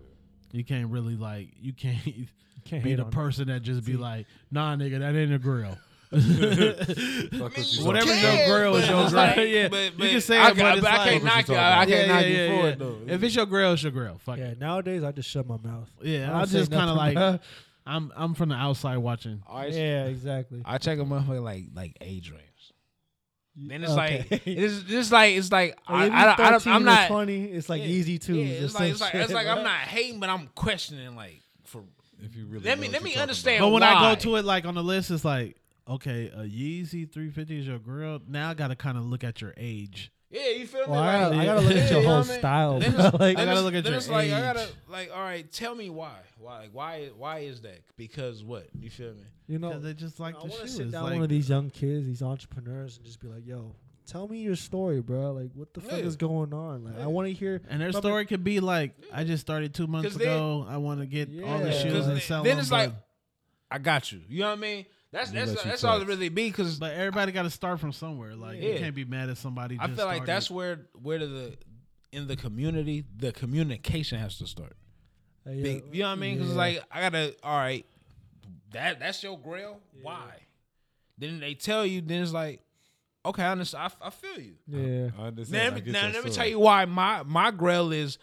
You can't really like you can't
can't
be
hate
the
on
person that just be like, nah, nigga, that ain't a grill.
Fuck what you
You
Whatever
talking
can,
your grill is
but
your
it's
grill.
like-
yeah,
but-
you
but
can say
I
it,
ca-
but it's
I
like,
can't knock you. I
Yeah,
I can't
yeah,
knock
yeah,
you
yeah,
for
yeah.
it though.
If it's your grill, it's your grill. Fuck
it. Yeah,
it.
nowadays I just shut my mouth. I
Yeah,
don't
I,
say
just kind of
nothing.
like I'm I'm from the outside watching.
I,
yeah, exactly.
I check a motherfucker like like age range. Then it's like
Okay.
it's just like it's like I,
Like, if
I,
you
don't- I don't,
13
I'm
to
not.
20, it's like
Yeah.
easy twos.
Yeah,
or
it's
some
like it's like it's
shit,
like I'm
right?
not hating, but I'm questioning like for
If you really
Let
know
me-
what
let
you're
me
talking
understand.
But when I
why?
go to it like on the list, it's like okay, a Yeezy 350 is your grill. Now I gotta kind of look at your age.
Yeah, you feel me?
Well, I gotta-
Like,
I gotta look
yeah,
at your
you know
whole
what I mean?
style,
Then
bro. Like-
it's- then
I gotta
it's-
look at
then
your
it's like, I
age.
gotta like, all right, tell me why, why, why, why is that? Because what? You feel me?
You
'Cause
know,
they just like
I
the
want
shoe.
to sit
It's
down
like-
one of these young kids, these entrepreneurs, and just be like, "Yo, tell me your story, bro. Like, what the fuck
Yeah.
is going on? Like, I want to hear."
and their
Probably-
story could be like, I just started two months
'Cause they-
ago. I want to get all the
Yeah.
shoes
'Cause
and
then-
sell
then
them,
it's like,
but-
I got you. You know what I mean? That's
They
that's
let you
that's all it
flex.
really be. Because
But everybody got to start from somewhere. Like you
Yeah.
can't be mad at somebody.
I
just
feel like
started.
that's where where the in the community the communication has to start.
Like, yo,
Big, you know what I mean? Because
yeah.
like I gotta. All right, that that's your grail. Why? Then they tell you. Then it's like, okay, I understand. I, I feel you.
uh,
yeah,
I
Now,
understand. I
let me,
get
now
your
let me
story.
tell you why my my grail is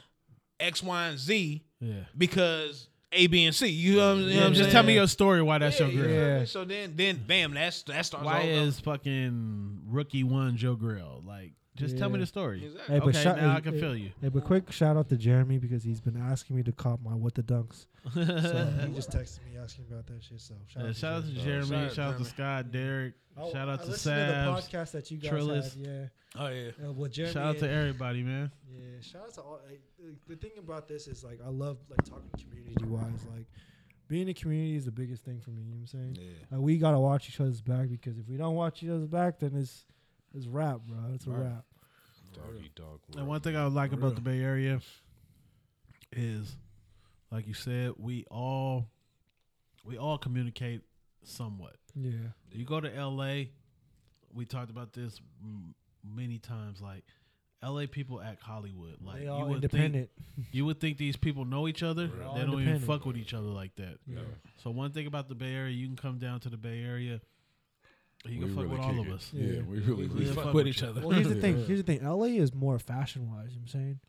X, Y, and Z
Yeah.
because A, B, and C. You know what I'm, you know what I'm
just
saying?
tell me your story. Why that's your
Yeah,
girl?
you know what I mean?
Yeah.
So then, then, bam, that's that starts.
Why
all over.
is fucking rookie one Joe Grill? Like, just tell me
Yeah.
the story.
Exactly.
Hey, but
okay,
shout-
now
hey,
I can
hey,
feel you.
Hey, but quick shout out to Jeremy because he's been asking me to cop my what the dunks. So he just texted me asking about that shit. So shout,
Uh,
out,
shout out to
Jeremy.
Jeremy.
Shout
Shout,
out to
out to
Jeremy.
Scott, Derek.
Oh,
shout out
I
to
listened
Sabs.
the podcast that you guys
Trillis.
had, yeah.
Oh yeah.
Uh, well, Jeremy
Shout out to
and-
everybody, man.
Yeah, shout out to all. Like, the- the thing about this is like I love like talking community wise. Like being a community is the biggest thing for me. You know what I'm saying?
Yeah.
Like we gotta watch each other's back because if we don't watch each other's back, then it's it's rap, bro. It's a
Right.
wrap.
Doggy dog
And
world.
one thing I like
For
about
real.
the Bay Area is, like you said, we all we all communicate somewhat.
Yeah,
You go to L.A. We talked about this m- many times. Like L.A. people act Hollywood. Like
they
you
all
would
independent.
Think, you would think these people know each other.
They're
all
They don't even
independent.
fuck with each other like that.
yeah.
So one thing about the Bay Area, you can come down to the Bay Area.
We
You can fuck
really
with all
kick
of
it.
us.
Yeah,
Yeah.
we really.
We
really
fuck
fuck
with
with
each
you.
other.
Well, here's the
Yeah.
thing. Here's the thing. LA is more fashion wise. You know what I'm saying?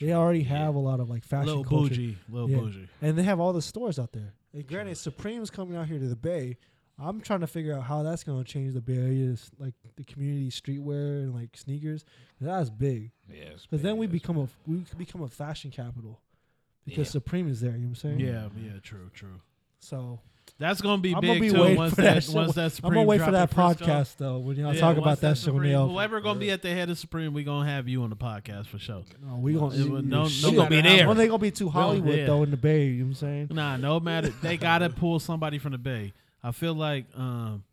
They already have a lot of like fashion
Little
culture,
bougie, little
Yeah.
bougie.
and they have all the stores out there. And granted, Supreme's coming out here to the Bay. I'm trying to figure out how that's gonna change the Bay Area's like the community streetwear and like sneakers. That's big
Yes.
because then we become a we could become a fashion capital because
Yeah.
Supreme is there. You know what I'm saying?
Yeah,
Mm.
yeah, true, true.
So
That's gonna be
I'm
big
gonna be
too.
waiting
once
for
that,
that shit.
once that Supreme
I'm gonna wait for
drop
that
in Frisco.
podcast though when y'all
Yeah,
talk
once
about
that
that shit. When
Supreme-
they all,
whoever gonna be at the head of Supreme, we gonna have you on the podcast for sure.
no, we gonna
It would- no-
shit.
no
gonna be
matter how
there.
Well, they gonna be too Hollywood
yeah.
though in the Bay. You know what I'm saying?
Nah, no matter. They gotta pull somebody from the Bay. I feel like, um,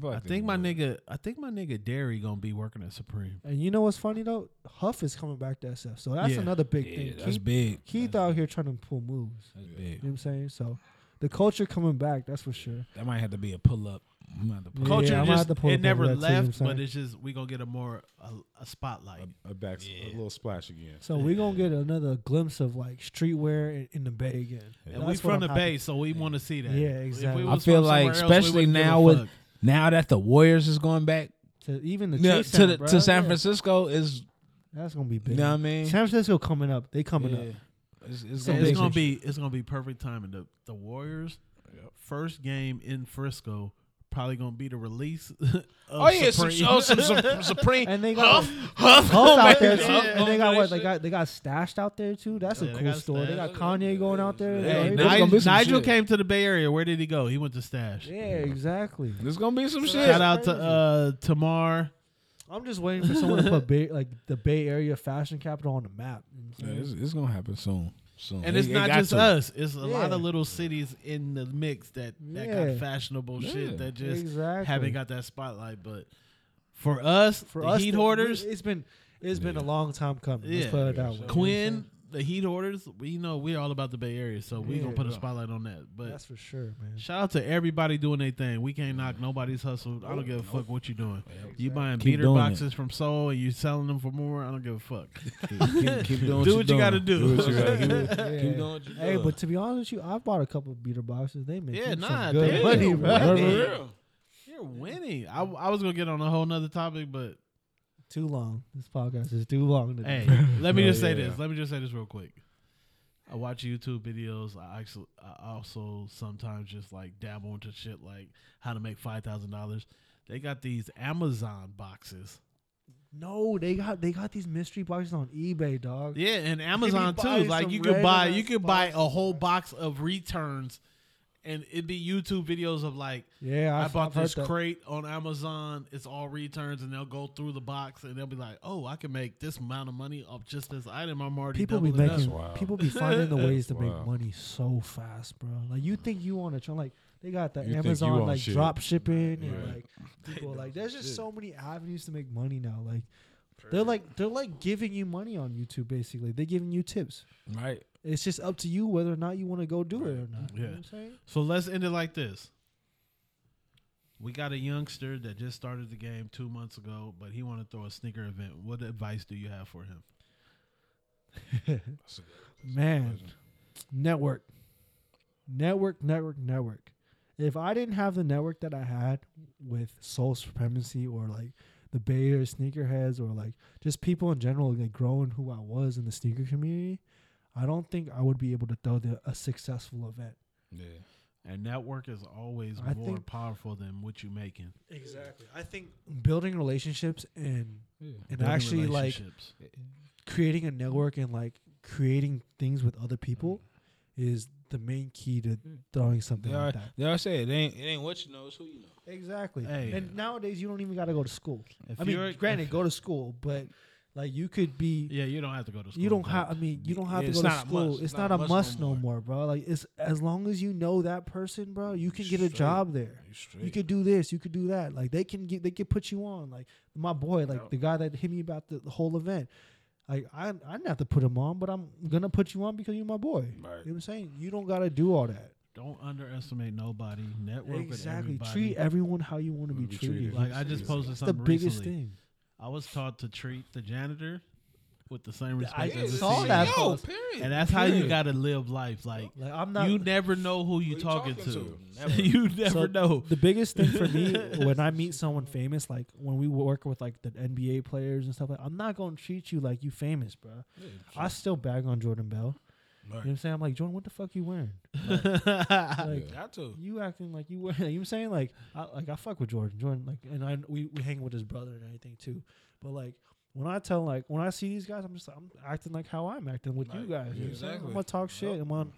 feel
I
like they
think my
would.
nigga, I think my nigga Derry gonna be working at Supreme.
And you know what's funny though? Huff is coming back to SF, so that's
Yeah.
another big
Yeah,
thing.
that's
Keith-
big.
Keith out here trying to pull moves.
That's big.
You know what I'm saying? So the culture coming back, that's for sure.
That might have to be a pull up. I'm gonna have to pull
Yeah,
Culture
I'm gonna have
just
to pull
it
up
never
over that too, you know
left,
what I'm
but
saying?
it's just we gonna get a more a, a spotlight.
a, a back
Yeah.
a little splash again.
So we're gonna get another glimpse of like streetwear in, in the Bay again.
And we
That's what
from
I'm
the
happy-
Bay, so we want to see that.
Yeah,
If we
exactly.
was
I feel
from
like
somewhere else, we
especially
wouldn't give a
now with-
fuck.
Now that the Warriors is going back
To even the
you know,
Chase
to
Center,
the,
bro.
to San
Yeah,
Francisco is
That's gonna be
you
big.
know what I mean.
San Francisco coming up. They coming up.
Yeah. It's, it's
So
gonna
it's
be.
gonna be it's gonna be perfect timing. The the Warriors first game in Frisco probably gonna be the release. Of
Oh yeah, some,
Supreme.
oh, some, some, some Supreme.
And they got
Huff, Huff,
Huff out there
Huff,
too.
Huff
And they got
over
what
that
they
shit.
got they got stashed out there too. That's
Yeah,
a
they
cool
got
store. They got
Stash.
Kanye going out there.
Hey,
Yeah,
Ni-
there's nice. gonna be some
Nigel
shit.
came to the Bay Area. Where did he go? He went to Stash.
yeah, exactly.
There's gonna be some shit.
Shout out to uh, Tamar.
I'm just waiting for someone to put Bay, like the Bay Area fashion capital on the map. You know what I'm
Yeah,
saying?
it's, it's gonna happen soon. Soon.
And
It-
it's
it
not
got
just
to.
us. It's a lot
Yeah.
of little cities in the mix that, that
Yeah.
got fashionable
Yeah.
shit that just
exactly.
haven't got that spotlight. But for us,
for
the
us
heat
the-
hoarders,
It's been it's been a long time coming.
Yeah.
Let's put it that way. You know what I'm
Quinn,
saying?
the heat hoarders, we know we're all about the Bay Area, so we
Yeah,
gonna put a
bro.
spotlight on that. But
That's for sure, man.
shout out to everybody doing their thing. We can't knock nobody's hustle. I don't give a fuck what you doing. You buying
Keep
beater
doing it.
boxes from Seoul and you selling them for more. I don't give a fuck.
Keep, keep doing
Do what you gotta do.
Do what you gotta do.
Yeah.
Keep doing what you
Hey,
doing.
but to be honest with you, I bought a couple of beater boxes. They make
Yeah,
some
nah,
good
they-
money,
yeah,
bro.
for
For
real.
real.
You're winning. I, I was gonna get on a whole nother topic, but
Too long. This podcast is too long. Today.
hey, let me
Oh,
just say
yeah.
this. Let me just say this real quick. I watch YouTube videos. I actually, I also sometimes just like dabble into shit like how to make five thousand dollars. They got these Amazon boxes.
No, they got they got these mystery boxes on eBay, dog.
Yeah, and Amazon
buy
too. Like
some
you could buy
random
you
ass
could buy a
boxes,
whole
bro.
box of returns and it'd be YouTube videos of like
Yeah,
I
I've-
bought
I've heard
this
that.
crate on Amazon, it's all returns and they'll go through the box and they'll be like, Oh, I can make this amount of money off just this item I'm already
People be
doubling up."
making
wild.
people be finding the ways to make
wild.
money so fast, bro. Like you think you on a tr- like they got the
You think you
Amazon
on
like
shit.
drop shipping and
Right.
like people like there's just so many avenues to make money now. Like they're like they're like giving you money on YouTube basically. They're giving you tips.
Right.
It's just up to you whether or not you want to go do it or not. You know
Yeah.
what I'm saying?
So let's end it like this. We got a youngster that just started the game two months ago, but he want to throw a sneaker event. What advice do you have for him?
Man. network, network, network, network. If I didn't have the network that I had with Soul Supremacy or like the Bay Area sneakerheads or like just people in general, like growing who I was in the sneaker community, I don't think I would be able to throw the, a successful event.
Yeah.
And network is always
I
more
think-
powerful than what you're making.
Exactly. I think building relationships and
Yeah.
and
Building
actually like
relationships.
creating a network and like creating things with other people is the main key to throwing something
Mm. They are,
like that.
they are saying it ain't, it ain't what you know, it's who you know.
Exactly.
Hey.
And nowadays you don't even got to go to school.
If
I mean,
you're-
granted, go to school, but like you could be
yeah, you don't have to go to school.
you don't
but
have. I mean, you don't have
It's
to go to
not a
school.
must.
It's not, a must, no,
more.
more. bro. Like it's as long as you know that person, bro, you can get a
Straight.
job there.
You straight.
You could do this. You could do that. Like they can get. They could put you on. Like my boy, like the guy that hit me about the, the whole event. Like I, I didn't have to put him on, but I'm gonna put you on because you're my boy. You know what I'm saying? You don't gotta do all that.
Don't underestimate nobody. Network
Exactly.
with everybody.
Treat everyone how you want to be,
Wanna be
treated.
treated.
like I just posted
That's the
something
biggest
recently.
thing.
I was taught to treat the janitor with the same respect
I
as the
saw
CEO.
that
Yo,
post.
E period.
And that's how you
Period.
gotta live life. Like
Like I'm not.
you never know who you
Who you
talking,
talking
to.
to? Never.
you
So
never know.
The biggest thing for me when I meet someone famous, like when we work with like the NBA players and stuff, like I'm not gonna treat you like you famous, bro. I still bag on Jordan Bell. You know what I'm saying? I'm like Jordan, what the fuck you wearing? Like
Got to.
you acting like you wearing. You know what I'm saying like I like I fuck with Jordan. Jordan like and I we we hang with his brother and everything too. But like when I tell like when I see these guys, I'm just I'm acting like how I'm acting with you
Like,
guys. You know what I'm saying?
exactly.
I'm gonna talk shit. I'm gonna, I'm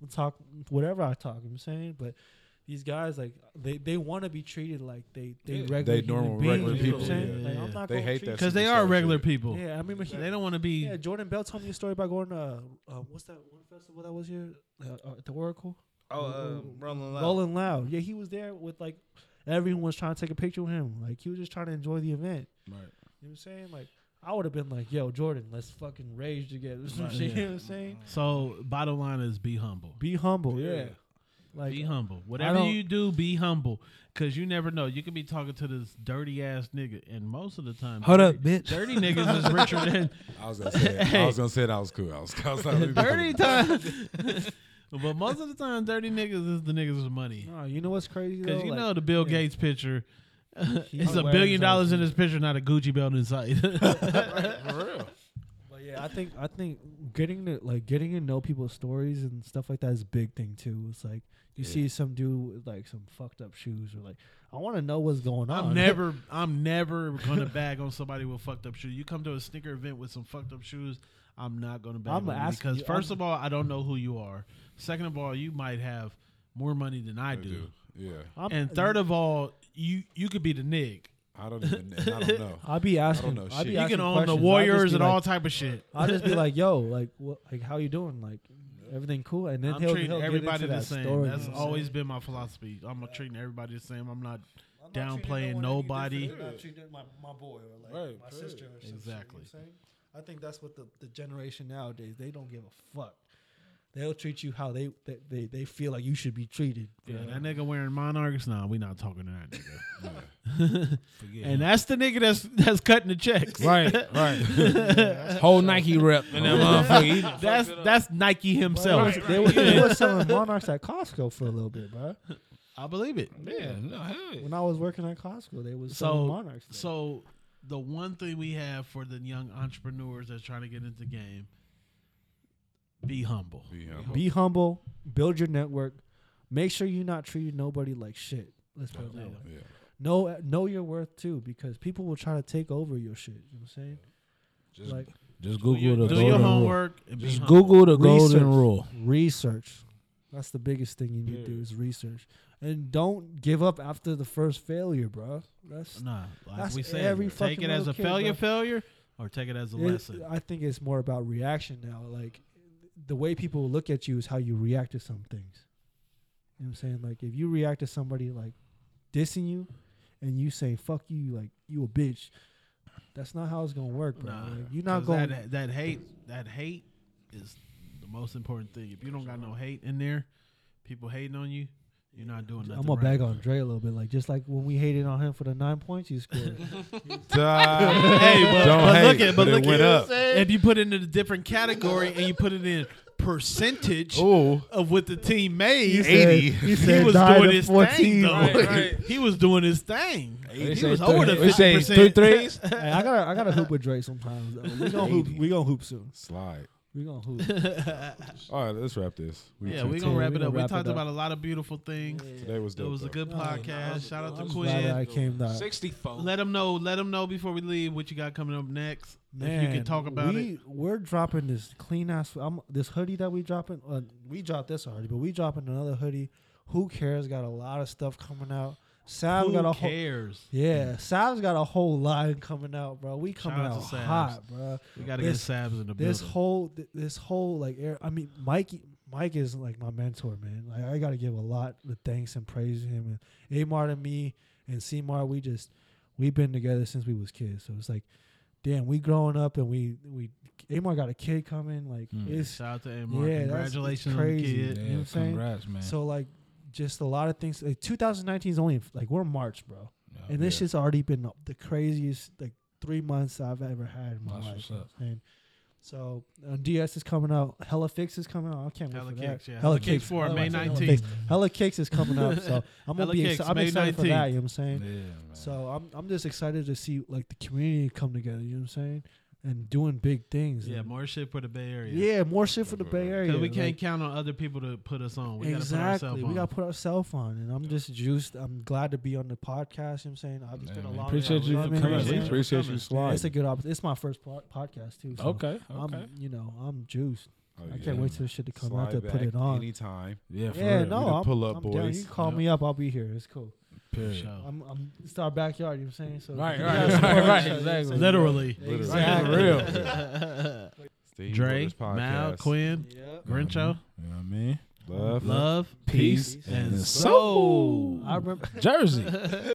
gonna talk whatever I talk. You know what I'm saying, but these guys like they, they want to be treated like they they
Yeah.
regular
They
human
normal,
beings,
regular
you know what I'm
people,
yeah.
saying? Like, I'm
Yeah.
not
They
gonna
hate
treat-
that
Because they are regular
Superstar
people.
Yeah, I remember he,
They don't want to be.
yeah, Jordan Bell told me a story about going to uh, uh, what's that one festival that was here uh, uh, at the Oracle.
Oh, uh, Rolling Loud.
Rolling Loud. Yeah, he was there with like everyone was trying to take a picture with him. Like he was just trying to enjoy the event. You
Right.
know what I'm saying? Like I would have been like, "Yo, Jordan, let's fucking rage together." or some
Right.
shit, You
Yeah.
know what I'm saying?
So bottom line is be humble.
Be humble. Yeah.
Yeah.
Like
be humble. Whatever
don't-
you do, be humble. Cause you never know. You could be talking to this dirty ass nigga, and most of the time,
Hold up,
dirty-
bitch.
Dirty niggas is richer than
I was gonna say. I was gonna say that was cool. I was. I was like,
dirty time. but most of the time, dirty niggas is the niggas with money.
no, you know what's crazy?
Cause
though?
you
Like,
know the Bill
yeah.
Gates picture.
He's
it's a
wearing something.
billion dollars in his picture, not a Gucci belt in sight.
But yeah, I think I think getting to like getting to know people's stories and stuff like that is a big thing too. It's like you see some dude with like some fucked up shoes or like I want to know what's going on.
I'm never, I'm never gonna bag on somebody with fucked up shoes. You come to a sneaker event with some fucked up shoes, I'm not gonna bag
I'm
on you
asking
because
you-
1st
I'm-
of all, I don't know who you are. Second of all, you might have more money than I,
I
do.
do. Yeah.
I'm-
and third of all, you you could be the Nick.
I don't even. and I don't know.
I'll be asking.
know
I'll be
shit. You
You
asking
can own the
questions. I'll just
Warriors
be
and
like- uh,
all type of shit.
I'll just be like, "Yo, like, what, like, how you doing? Like, everything cool?" And then
I'm
he'll,
treating
he'll
everybody
get into
the
that
same.
Story,
That's
you know what I'm
always
saying?
been my philosophy. I'm treating everybody the same. I'm not downplaying nobody.
my, my boy or like
Right,
my
right.
sister or something.
Exactly.
I think that's what the, the generation nowadays they don't give a fuck. They'll treat you how they they, they, they feel like you should be treated.
Yeah,
bro.
that nigga wearing monarchs. Nah, we not talking to that nigga.
Forget
And
him.
that's the nigga that's that's cutting the checks.
right, right. Whole Nike rep and that motherfucker. he done
That's
fucked it up.
that's Nike
They
himself.
was, they was- they was selling monarchs at Costco for a little bit, bro.
I believe it.
yeah. No, hell yeah.
When I was working at Costco, they was selling
So
monarchs. there.
so the one thing we have for the young entrepreneurs that's trying to get into the game, be humble.
Yeah.
Be humble, build your network, make sure you're not treating nobody like shit. Let's put it that way.
Yeah.
Know know your worth too, because people will try to take over your shit. You know what I'm saying?
Just
like
Just
Do your,
Google the
do your
golden rule.
homework and be
Just
humble.
Google the
Research.
golden rule.
research. That's the biggest thing you need to do is research, and don't give up after the first failure, bro. That's
Nah, like
That's
we said,
every
take
fucking
it as
little
a
kid,
failure,
bro.
failure, or take it as a
it-
lesson.
I think it's more about reaction now. Like the way people look at you is how you react to some things. You know what I'm saying? Like if you react to somebody like dissing you and you say fuck you, like you a bitch, that's not how it's gonna work, bro.
Nah,
Like, you're not
'cause
going
That, that hate, that hate is the most important thing. If you don't got no hate in there, people hating on you, you're not doing nothing.
I'm gonna
right.
bag on Dre a little bit, like just like when we hated on him for the nine points he scored.
hey,
but-
don't
but
hate,
look at- but
it
look at-
went up.
If you put it in a different category and you put it in percentage
Oh,
of what the team made.
said- 80.
He,
He
said
was
nine
doing
to
his
14,
thing, though.
boy.
Right, right.
He was doing his thing.
They
He
say
was
three-
over the
they say
50%.
three threes?
Hey, I gotta I gotta hoop with Drake sometimes. Though. We gonna hoop. We gonna hoop soon.
slide.
We gonna hoop.
All right, let's wrap this. We
yeah,
took-
we're gonna
Yeah,
wrap
we
it up.
gonna
We
wrap
talked
it up.
about a lot of beautiful things.
today was dope.
It was a
though.
good
that was
podcast. Shout out
good.
to
I'm glad
Quinn.
I came back.
Sixty-four.
Let them know. Let them know before we leave what you got coming up next. if you can talk about
we,
it.
We're dropping this clean ass. I'm, this hoodie that we dropping. Uh, we dropped this already, but we dropping another hoodie. Who cares? Got a lot of stuff coming out. Sav got
Who
a whole
cares?
yeah. Sav's got a whole line coming out, bro. We coming
out to
out
Savs.
hot, bro.
We gotta
This-
get Sabs in the
This
building.
whole th- this whole like air. I mean, Mikey. Mike is like my mentor, man. Like I gotta give a lot of thanks and praise to him. And Amar and me and Cmar, we just we've been together since we was kids. So it's like, damn, we growing up and we we Amar got a kid coming. Like it's
Shout out to Amar.
yeah, that's- it's
Congratulations
crazy.
on the kid.
You know what I'm saying?
congrats, man.
so like just a lot of things. Like 2019 is only like we're in March, bro,
Oh, Yeah.
and this shit's already been the craziest like three months I've ever had in my
That's
life.
what's
you know
up.
what I'm saying? so uh, DS is coming out. Hella Fix is coming out. I can't
Hella
wait for
Kicks,
that.
yeah. Hella Kicks for
Hella
May
Kicks, Hella
19th.
Kicks. Hella Kicks is coming up, so I'm gonna
Hella
be.
Kicks,
Exci- I'm
May
excited for
19th.
that. You know what I'm saying?
Yeah, man.
So I'm I'm just excited to see like the community come together. You know what I'm saying? And doing big things.
Yeah,
and-
more shit for the Bay Area.
yeah, more shit for the Bay Area.
Because we can't
like-
count on other people to put us on. We gotta put
exactly.
ourselves
we
on.
got to put ourselves on, and I'm just juiced. I'm glad to be on the podcast. You know what I'm saying I've just
Yeah,
been a
man.
long
Appreciate
time
you for
coming, you
coming.
know what I'm
We
saying?
Appreciate you
coming.
Yeah,
sliding.
It's a good. Op- it's my first po- podcast too. So
okay, okay.
I'm, you know, I'm juiced.
Oh,
I
yeah.
can't wait for this shit to come out to
Slide
put
back
it on.
anytime.
yeah, for
yeah,
real.
no,
can
I'm,
pull up,
I'm Down.
boys.
You can call
Yep.
me up. I'll be here. It's cool.
Period.
Show.
I'm, I'm. It's our backyard. You know what I'm saying? So
Right,
we
right,
gotta support
right, right,
each other, you know what I'm
exactly.
saying?
Literally.
Literally.
Right, for
Exactly.
real.
Steve
Dre,
Brothers
Mal,
Podcast.
Quinn, Grincho,
You know what I mean?
Love.
love,
Peace
peace, and
and
soul.
I remember.
Jersey.